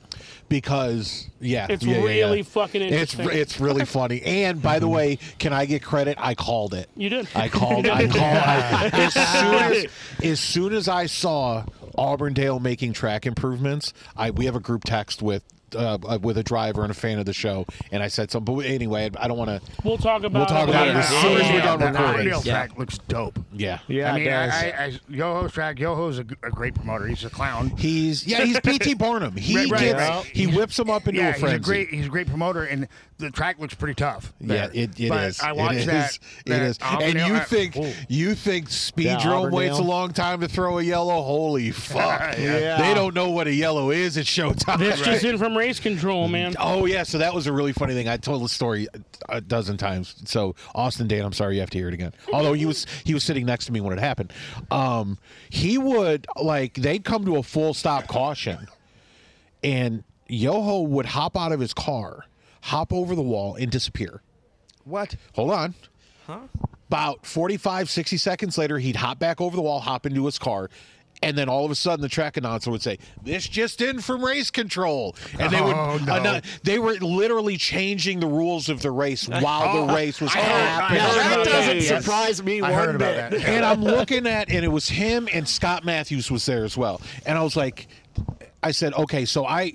because yeah, It's yeah, yeah, yeah. really fucking It's interesting. it's really funny. And by the way, can I get credit? I called it. You did. I called. I called. I, as, soon as, as soon as I saw Auburndale making track improvements, I we have a group text with uh, uh, with a driver and a fan of the show, and I said something. But anyway, I, I don't want to. We'll talk about. We'll talk it. about when it we're as done. soon as we're Yeah, done that recording. Unreal Yeah. track looks dope. Yeah. Yeah, I mean, it does. I, I, I, Yoho's track. Yoho's a, g- a great promoter. He's a clown. He's yeah he's PT Barnum. He Right, right, gets right. he whips him up into yeah, a he's frenzy. a great. He's a great promoter, and the track looks pretty tough. Yeah, there. it, it but is. I It watched is. that. It that is. And Auburndale- you I- think Ooh. you think Yeah, Speedrome waits a Auburndale. long time to throw a yellow? Holy fuck! Yeah. They don't know what a yellow is at showtime. This just in from race control, man. Oh yeah, so that was a really funny thing. I told the story a dozen times. So Austin Dane, I'm sorry you have to hear it again. Although he was he was sitting next to me when it happened. Um, he would like they'd come to a full stop caution, and Yoho would hop out of his car, hop over the wall, and disappear. What? Hold on. Huh? About 45, 60 seconds later, he'd hop back over the wall, hop into his car. And then all of a sudden, the track announcer would say, "This just in from race control," and they would. Oh, no. anno- they were literally changing the rules of the race while the race was Oh, I heard- I happening. heard that about doesn't that. surprise me I one heard about bit. that. and I'm looking at, and it was him and Scott Matthews was there as well. And I was like, I said, okay, so I,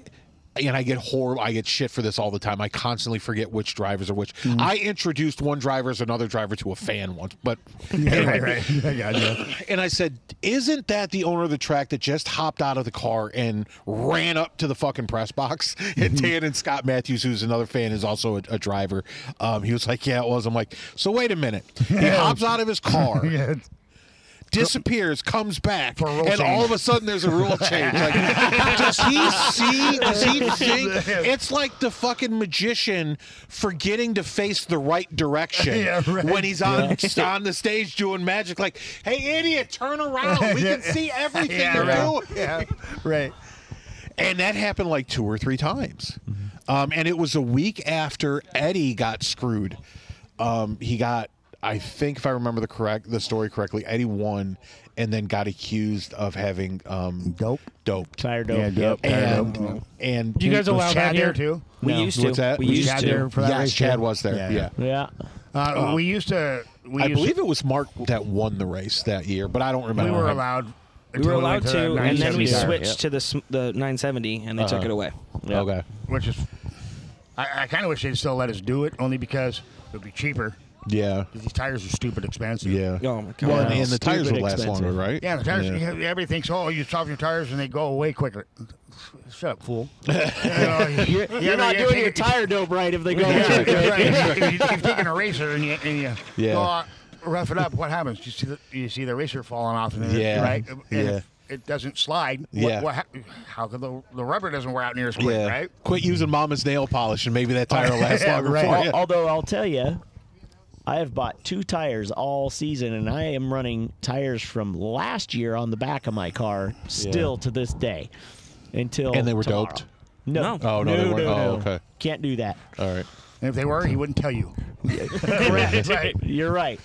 and I get horrible, I get shit for this all the time. I constantly forget which drivers are which. Mm-hmm. I introduced one driver as another driver to a fan once, but Yeah, right, right. I got you. and I said, "Isn't that the owner of the track that just hopped out of the car and ran up to the fucking press box?" And Dan and Scott Matthews, who's another fan, is also a, a driver. Um, he was like, "Yeah, it was." I'm like, "So wait a minute." He hops out of his car, Yeah. disappears, comes back, For a and rule all change. of a sudden there's a rule change. Like, does he see? Does he think? It's like the fucking magician forgetting to face the right direction Yeah, right. when he's on on the stage doing magic. Like, hey, idiot, turn around. We can see everything Yeah, you're right. doing. Yeah, right. And that happened like two or three times. Um, and it was a week after Eddie got screwed. Um, he got, I think, if I remember the correct the story correctly, Eddie won and then got accused of having um, Dope. doped. Tire dope. Yeah, dope. Tire And, dope. and Do you guys allow Was Chad that there here? too? We No. used to. What's that? We Was used Chad to. there for that yes, race, Chad too? was there. Yeah. Yeah. Yeah. Uh, we used to. We Oh. I used believe it was Mark that won the race that year, but I don't we remember. were allowed. We were allowed to, and then we 970 tire, switched yep. to the, sm- the 970, and they took Uh-huh. it away. Okay. which is I, I kind of wish they'd still let us do it, only because it would be cheaper. Yeah. 'cause These tires are stupid expensive. Yeah. Oh, my God. Well, and, and the Stupid tires would last expensive. longer, right? Yeah, the tires. Everything. So oh, you soften your tires and they go away quicker. Shut up, fool. You know, you- You're you- not you- doing you- your tire dope right if they go. Yeah, too quick. right. if, you, if you've taken a racer and you, and you Yeah. go out, rough it up, what happens? You see the you see the racer falling off, and then- Yeah. right, And Yeah. if it doesn't slide. What, Yeah. what hap- how could the, the rubber doesn't wear out near as quick, Yeah. right? Mm-hmm. Quit using mama's nail polish and maybe that tire will last longer Right. for Al- you. Although I'll tell you, I have bought two tires all season, and I am running tires from last year on the back of my car still to this day. Until And they were tomorrow. doped? No. No. Oh, no, they weren't. Oh, okay. Can't do that. All right. And if they were, he wouldn't tell you. Right. You're right.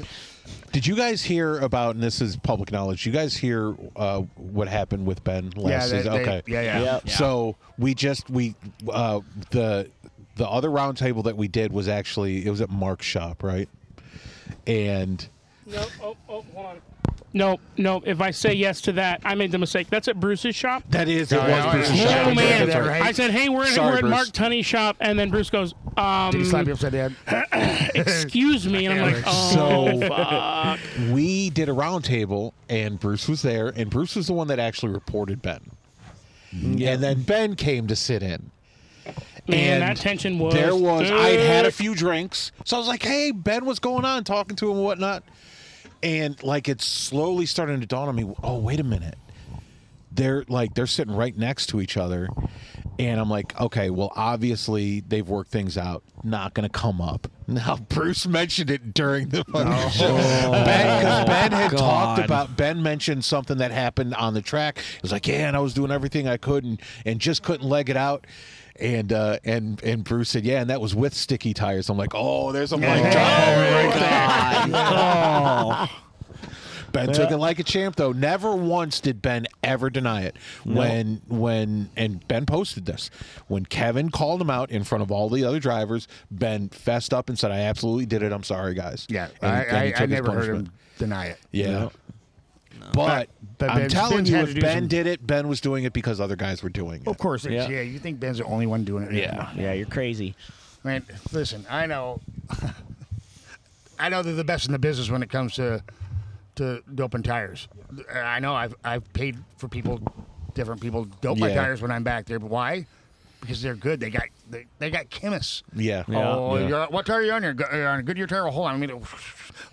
Did you guys hear about? And this is public knowledge. You guys hear uh, what happened with Ben Yeah, last they- season? they- okay. Uh, yeah, yeah. Yep. So we just we uh, the the other roundtable that we did was actually it was at Mark's shop, right? And No, oh, oh, hold on. No, no. If I say yes to that, I made the mistake. That's at Bruce's shop. that is it yeah, was yeah. Bruce's shop. Oh Yeah, man! that's right. I said, "Hey, we're in, Sorry, we're at Bruce. Mark Tunney's shop," and then Bruce goes, Did he slap um, you upside the head? "Excuse me," and I'm like, "Oh, So- fuck." we did a roundtable and Bruce was there and Bruce was the one that actually reported Ben. Mm-hmm. And then Ben came to sit in. Man, that tension was. there was I thick. had a few drinks. So I was like, hey, Ben, what's going on? Talking to him and whatnot. And like it's slowly starting to dawn on me, oh, wait a minute. They're like they're sitting right next to each other. And I'm like, okay, well, obviously they've worked things out. Not going to come up. Now, Bruce mentioned it during the fucking show. Ben, 'cause ben had talked God. about, Ben mentioned something that happened on the track. He was like, yeah, and I was doing everything I could and, and just couldn't leg it out. And uh, and and Bruce said, yeah, and that was with sticky tires. I'm like, oh, there's a mic drop right there. Ben took it like a champ, though. Never once did Ben ever deny it. When when and Ben posted this when Kevin called him out in front of all the other drivers. Ben fessed up and said, "I absolutely did it. I'm sorry, guys." Yeah, and, I, he- and he I, took I his never heard punishment. him deny it. Yeah. But, But I'm Ben- telling Ben's you, had if to do Ben some- did it, Ben was doing it because other guys were doing it. Of course, it's, Yeah. yeah. You think Ben's the only one doing it? Yeah. Yeah, you're crazy. Man, listen, I know, I know they're the best in the business when it comes to to doping tires. I know I've I've paid for people, different people dope my Yeah. tires when I'm back there. But why? Because they're good. They got they, they got chemists. Yeah. Oh, Yeah. You're, what tire are you on here? Go- You're on a Goodyear tire. Well, hold on, I mean,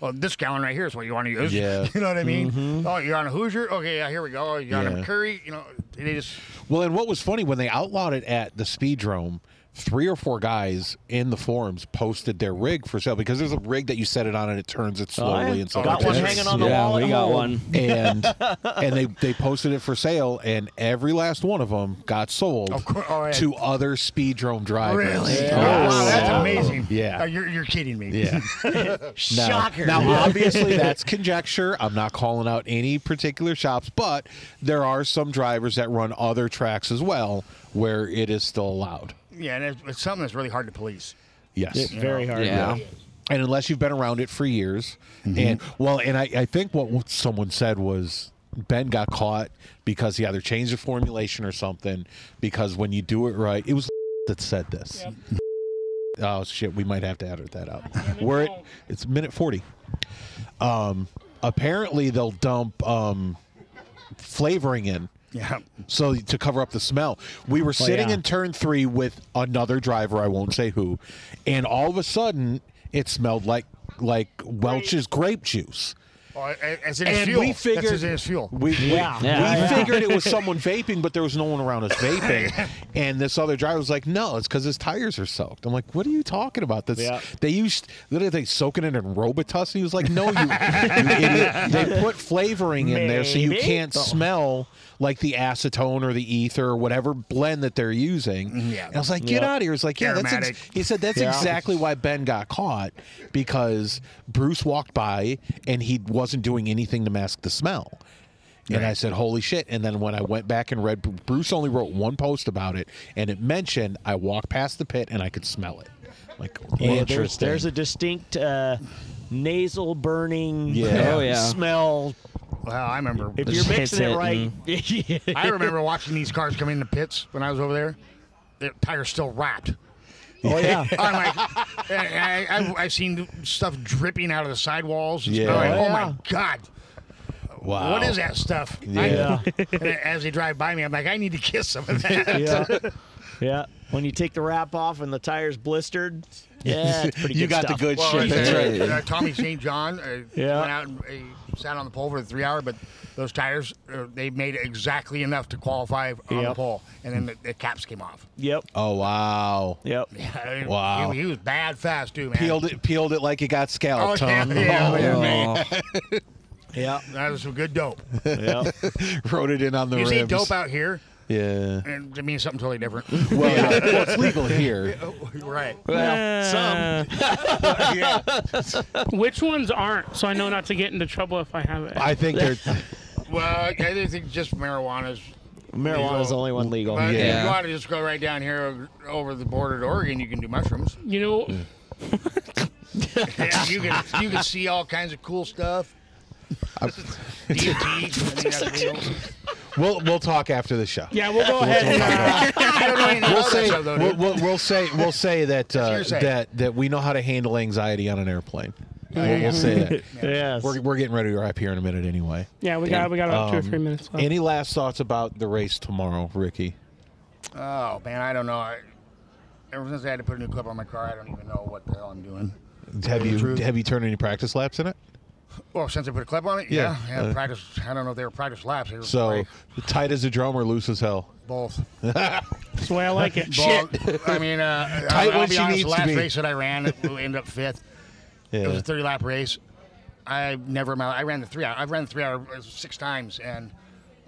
oh, this gallon right here is what you want to use. Yeah. Mm-hmm. you know what I mean? Oh, you're on a Hoosier. Okay, yeah, here we go. You're on Yeah. a McCurry. You know, they just Well, and what was funny when they outlawed it at the Speedrome, three or four guys in the forums posted their rig for sale because there's a rig that you set it on and it turns it slowly and stuff. Oh, Got like one that. hanging on the Yeah. wall. we at got home. one. and and they they posted it for sale, and every last one of them got sold Of cour- oh, yeah. to other Speedrome drivers. really. Oh. Yeah. Wow, that's Yeah. amazing. Yeah. Oh, you're, you're kidding me. Yeah. Now- Shocker. Now, obviously, that's conjecture. I'm not calling out any particular shops, but there are some drivers that run other tracks as well where it is still allowed. Yeah, and it's, it's something that's really hard to police. Yes. It's very hard. Yeah. and unless you've been around it for years and well and I, I think what someone said was ben got caught because he either changed the formulation or something because when you do it right it was that said this oh shit we might have to edit that out we're at, it's minute 40 um apparently they'll dump um flavoring in Yeah. so to cover up the smell. We were sitting yeah. in turn three with another driver, I won't say who, and all of a sudden it smelled like like Welch's grape juice. Or a- as in his And fuel. we That's figured as in his fuel. We, we- Yeah. we Yeah. figured it was someone vaping, but there was no one around us vaping. and this other driver was like, "No, it's because his tires are soaked." I'm like, "What are you talking about? This Yeah. they used literally they soaking it in Robitussin." He was like, "No, you, you idiot! They put flavoring in there so you Maybe. Oh. can't smell like the acetone or the ether or whatever blend that they're Mm-hmm. using." Yeah. And I was like, "Get out of here!" It's like, "Yeah, that's." Aromatic. Ex-. He said, "That's Yeah. exactly why Ben got caught because Bruce walked by and he wasn't doing anything to mask the smell." And I said, "Holy shit!" And then when I went back and read, Bruce only wrote one post about it, and it mentioned I walked past the pit and I could smell it. Like Well, there's, interesting. there's a distinct uh, nasal burning Yeah. Oh, yeah. smell. Well, I remember. If Just you're hits mixing it it right, I remember watching these cars come into pits when I was over there. Their tires still wrapped. oh yeah, I'm like, I, I, I've, I've seen stuff dripping out of the sidewalls. and Yeah. stuff. I'm like, Oh, oh yeah. my god, wow. what is that stuff? I- Yeah. and as they drive by me, I'm like, I need to kiss some of that. yeah, yeah. When you take the wrap off and the tires blistered, yeah, it's pretty You good got stuff. the good Well, shit. he's- That's right. uh, Tommy St. John uh, Yeah. went out and uh, sat on the pole for the three hour, but those tires uh, they made exactly enough to qualify on the Yep. pole, and then the, the caps came off. Yep, Oh wow. yep. I mean, Wow. he, he was bad fast too, man. Peeled it, peeled it like it got Oh, scalloped, yeah, Tom. yeah, yeah, Oh. man. Yeah, That was some good dope. yeah. Wrote it in on the You see ribs. dope out here, Yeah. and it means something totally different. Well, yeah. well, it's legal here. right. Well, some. Yeah. Which ones aren't? So I know not to get into trouble if I have it. I think they're. Well, I I think just marijuana's. Marijuana is the Legal. only one legal. But Oh, Yeah. if you want to just go right down here o- over the border to Oregon, you can do mushrooms. you know, Mm. Yeah, you can you can see all kinds of cool stuff. DMT, I think that's legal. We'll we'll talk after the show. yeah, we'll go ahead. And, uh, I don't know anything We'll about that say stuff, though, we'll, dude. we'll, we'll say we'll say that uh, hearsay. that that we know how to handle anxiety on an airplane. We'll, yeah, we'll say that. Yes. We're, we're getting ready to wrap here in a minute anyway. yeah, we got we got about two or Um, three minutes left. Any last thoughts about the race tomorrow, Ricky? Oh man, I don't know. I, ever since I had to put a new clip on my car, I don't even know what the hell I'm doing. Have the you truth. have you turned any practice laps in it? Well, since I put a clip on it, Yeah. uh, yeah, yeah, practice. I don't know if they were practice laps. They were So brave. tight as a drum or loose as hell. both. That's the way I like it. Well, I mean, uh, Tight I'll, I'll when be she honest. needs The to last be. race that I ran, it ended up fifth. It was Yeah. a 30 lap race. I never in my I ran the three hour. I've ran the three hour six times, and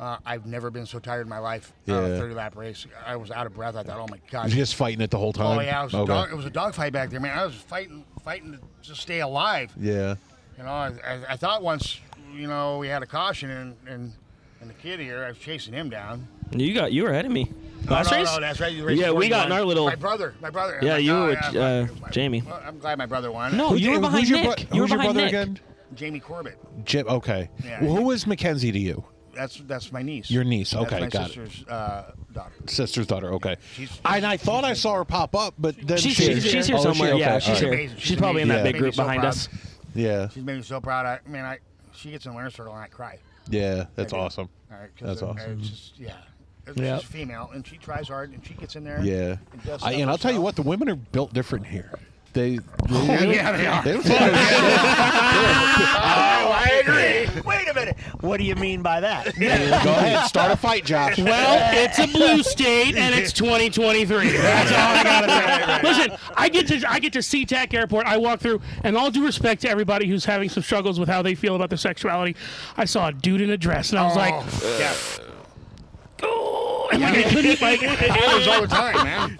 uh, I've never been so tired in my life. on Yeah. a 30 lap race. I was out of breath. I thought, oh my god. You're just fighting it the whole time. Oh yeah, it was, a Okay. dog, it was a dog fight back there, man. I was fighting, fighting to just stay alive. Yeah. You know, I, I, I thought once, you know, we had a caution, and and, and the kid here, I was chasing him down. You got you were ahead of me. Oh, Last no, race? no, that's right. you raised Yeah, we got in 41. our little- My brother, my brother. Yeah, I'm you were oh, with, yeah, uh, fuck, my- Jamie. Well, I'm glad my brother won. No, Oh, you were behind who's your, Nick. bro- you were who's your behind brother Nick. again? Jamie Corbett. Jim. Okay. Yeah. Well, who is Mackenzie to you? That's that's my niece. Your niece. Okay, that's my got it. sister's, Uh, daughter. Sister's daughter. Okay. She's- and I thought I saw her pop up, but then She's, she- she's, she's here oh, is she? somewhere. Okay, Yeah, all she's right. here. amazing. She's probably in Yeah. that big Made me group so behind proud. us. Yeah. She's made me so proud. I, I mean, I she gets in the winner's circle and I cry. Yeah. That's awesome. All right, 'cause That's it- awesome. It's just, yeah. It's Yeah. She's female and she tries hard and she gets in there. Yeah. And, does I, stuff and I'll tell you herself. what, the women are built different here. They. Yeah, they are. they don't fucking shit. Oh, I agree. Wait a minute. What do you mean by that? Go ahead, start a fight, Josh. Well, it's a blue state and it's 2023. That's all I gotta say. Listen, I get to I get to SeaTac Airport. I walk through, and all due respect to everybody who's having some struggles with how they feel about their sexuality. I saw a dude in a dress, and I was like, Oh, yeah. oh, and like I couldn't like. happens all the time, man.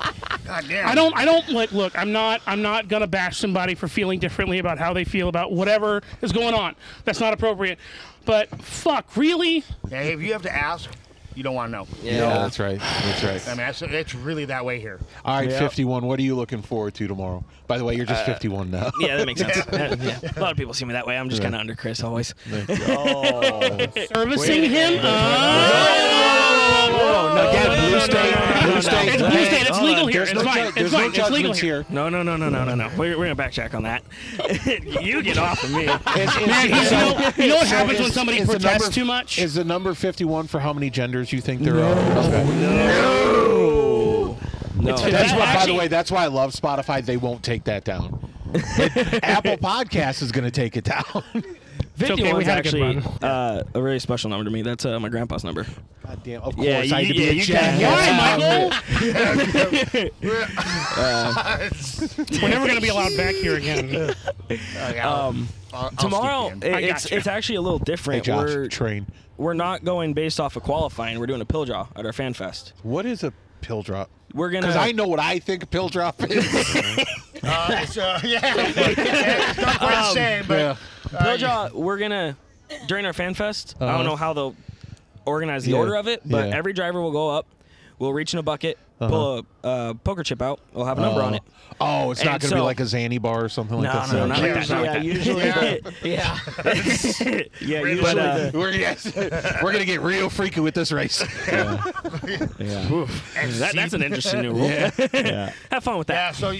God damn. I don't. I don't like. Look, I'm not. I'm not gonna bash somebody for feeling differently about how they feel about whatever is going on. That's not appropriate. But fuck, really? Hey, if you have to ask, you don't want to know. yeah, that's right. That's right. I mean, that's, it's really that way here. All right, 51. What are you looking forward to tomorrow? By the way, you're just 51 now. Yeah, that makes sense. Yeah. A lot of people see me that way. I'm just kind of under Chris always. Servicing him? Oh, no, Again, no, blue no, no, state, no, no, blue no, no. state. Uh, It's blue state. It's legal here. There's It's no fine. ju- It's there's fine. no It's legal judgments here. here. No, no, no, no, no, no, no. We're, we're gonna backtrack on that. you get off of me. It's- it's- Man, he's- you know, you know what so happens is- when somebody is the protests number- too much? Is the number 51 for how many genders you think there are? Okay. No. That's That why, by actually- the way, that's why I love Spotify. They won't take that down. Apple Podcast is going to take it down. It's okay. We had a 51's good actually run. Oh, uh, a really special number to me. That's uh, my grandpa's number. God damn, of course, Yeah, you- I had to be yeah, a you jackass. Why, Michael? Um, We're never gonna be allowed back here again. Um, Tomorrow, it- I it's gotcha. it's actually a little Hey, different. Josh, we're train. we're not going based off of qualifying. We're doing a pill draw at our fan fest. What is a pill drop? We're gonna. Because I know what I think a pill drop is. uh, it's, uh, yeah, it's not quite the same, but uh, yeah. Pill draw, we're gonna during our fan fest. I don't know how they'll organize the Yeah. order of it, but Yeah. every driver will go up. We'll reach in a bucket, pull a uh, poker chip out. We'll have a number on it. Oh, it's not And going to be so- like a Zanny bar or something like No, that. no, no, not like that. Usually, Not yeah, like usually, Yeah. yeah, yeah. Usually, But, uh, the, We're, yes, we're going to get real freaky with this race. That, that's an interesting new rule. Have fun with yeah. that. So uh,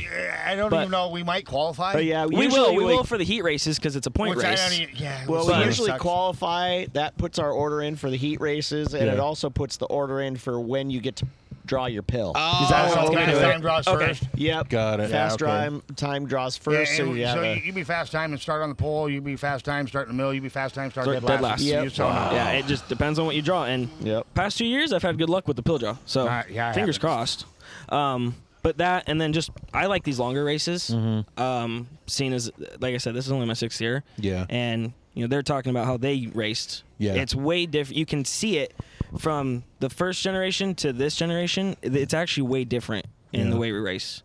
I don't But- even know. We might qualify. but yeah, we usually will. We we- will for the heat races because it's a point Which I don't race. even, yeah. Well, which we really usually sucks. qualify. That puts our order in for the heat races, and it Yeah. also puts the order in for when you get to draw your pill. Oh, Uh, So okay. fast time draws Okay. first. Yep. Got it. Fast Yeah, okay. time time draws Yeah, first, so and you have so a, you, you be fast time and start on the pole. You be fast time, start in the middle. You be fast time, start Dead dead last. last. Yep. You- so- Yeah, it just depends on what you draw. And Yep. past two years, I've had good luck with the pill draw. So Uh, yeah, it fingers happens. crossed. Um, but that, and then just I like these longer races. Um, seeing as, like I said, this is only my sixth year. Yeah. And you know they're talking about how they raced. Yeah. It's way different. You can see it from the first generation to this generation. It's actually way different in the way we race.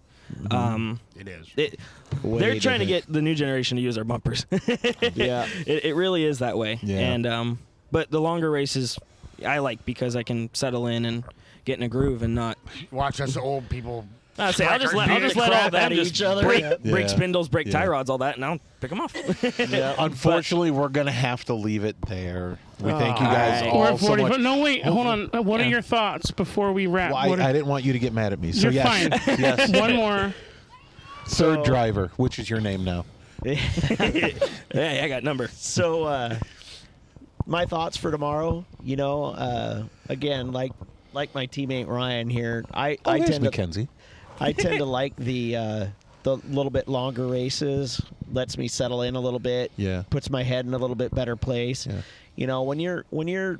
Um, It is. it, Way they're trying to different. get the new generation to use our bumpers. yeah. It, it really is that way. Yeah. And um, but the longer races, I like because I can settle in and get in a groove and not. Watch us old people. I say I'll just let I'll Beat just the let all crap that out of just each other. break break Yeah. spindles, break tie Yeah. rods, all that, and I'll pick them off. Unfortunately, we're going to have to leave it there. Oh, We thank you guys Alright. all We're at so 40. much. But no, wait. Hold on. Uh, What are your thoughts before we wrap? Well, I, What are- I didn't want you to get mad at me. So You're yes, fine. yes. One more. Third driver, which is your name now. hey, I got number. So uh, my thoughts for tomorrow, you know, uh, again, like like my teammate Ryan here, I, Oh, I there's tend to Mackenzie. I tend to like the uh, the little bit longer races. lets me settle in a little bit. Yeah. Puts my head in a little bit better place. Yeah. You know, when you're when you're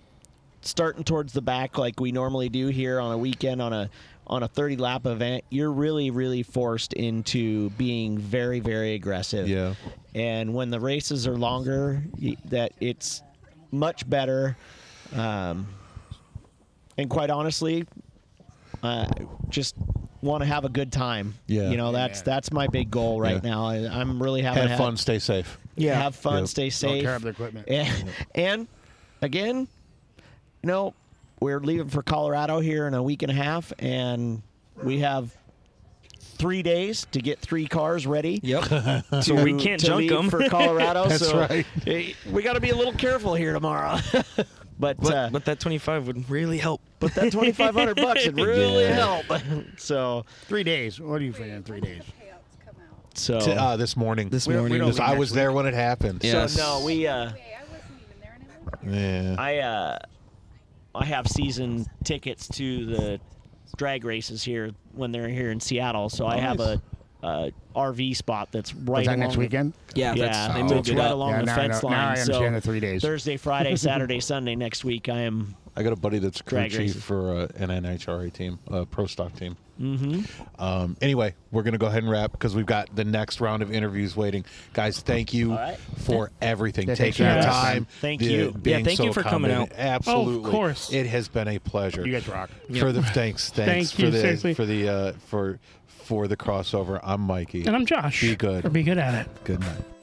starting towards the back like we normally do here on a weekend on a on a 30 lap event, you're really really forced into being very very aggressive. Yeah. And when the races are longer, y- that it's much better. Um, and quite honestly, uh, just want to have a good time. Yeah. You know, that's that's my big goal right Yeah. now. I, I'm really having Have fun, stay safe. yeah. Have fun, Yep. stay Don't safe. tear up the equipment. And, and again, you know, we're leaving for Colorado here in a week and a half, and we have three days to get three cars ready. Yep. so to- we can't to junk leave them. for Colorado. That's so right. eh, We got to be a little careful here tomorrow. but, But, uh, but that 25 would really help. but that 2,500 bucks would really Yeah. help. so Three days. What are you figuring? Three days. payouts come out. so T- uh, this morning. This We don't- we morning. don't Because I was there when it happened. Yeah. Yes. no, we uh, Wait, I wasn't even there Yeah. anymore. I uh, I have season tickets to the drag races here when they're here in Seattle. So I have a, a RV spot that's right Was that along next the- weekend? yeah, that's- yeah, they it's moved it right up. along Yeah, the now I fence know- line. now I so understand the three days. Thursday, Friday, Saturday, Sunday next week. I am I got a buddy that's crew Drag chief races. for uh, an NHRA team, a pro stock team. Mm-hmm. Um, anyway, we're going to go ahead and wrap because we've got the next round of interviews waiting. Guys, thank you right. for everything, Yeah, taking thanks for your having us. time. Thank the- you. Yeah, being thank you so for coming accommodating. out. Absolutely, course. it has been a pleasure. You guys rock. For the thanks, thanks Thank for you, the seriously. for the uh, for for the crossover. I'm Mikey. And I'm Josh. Be good. Or be good at it. Good night.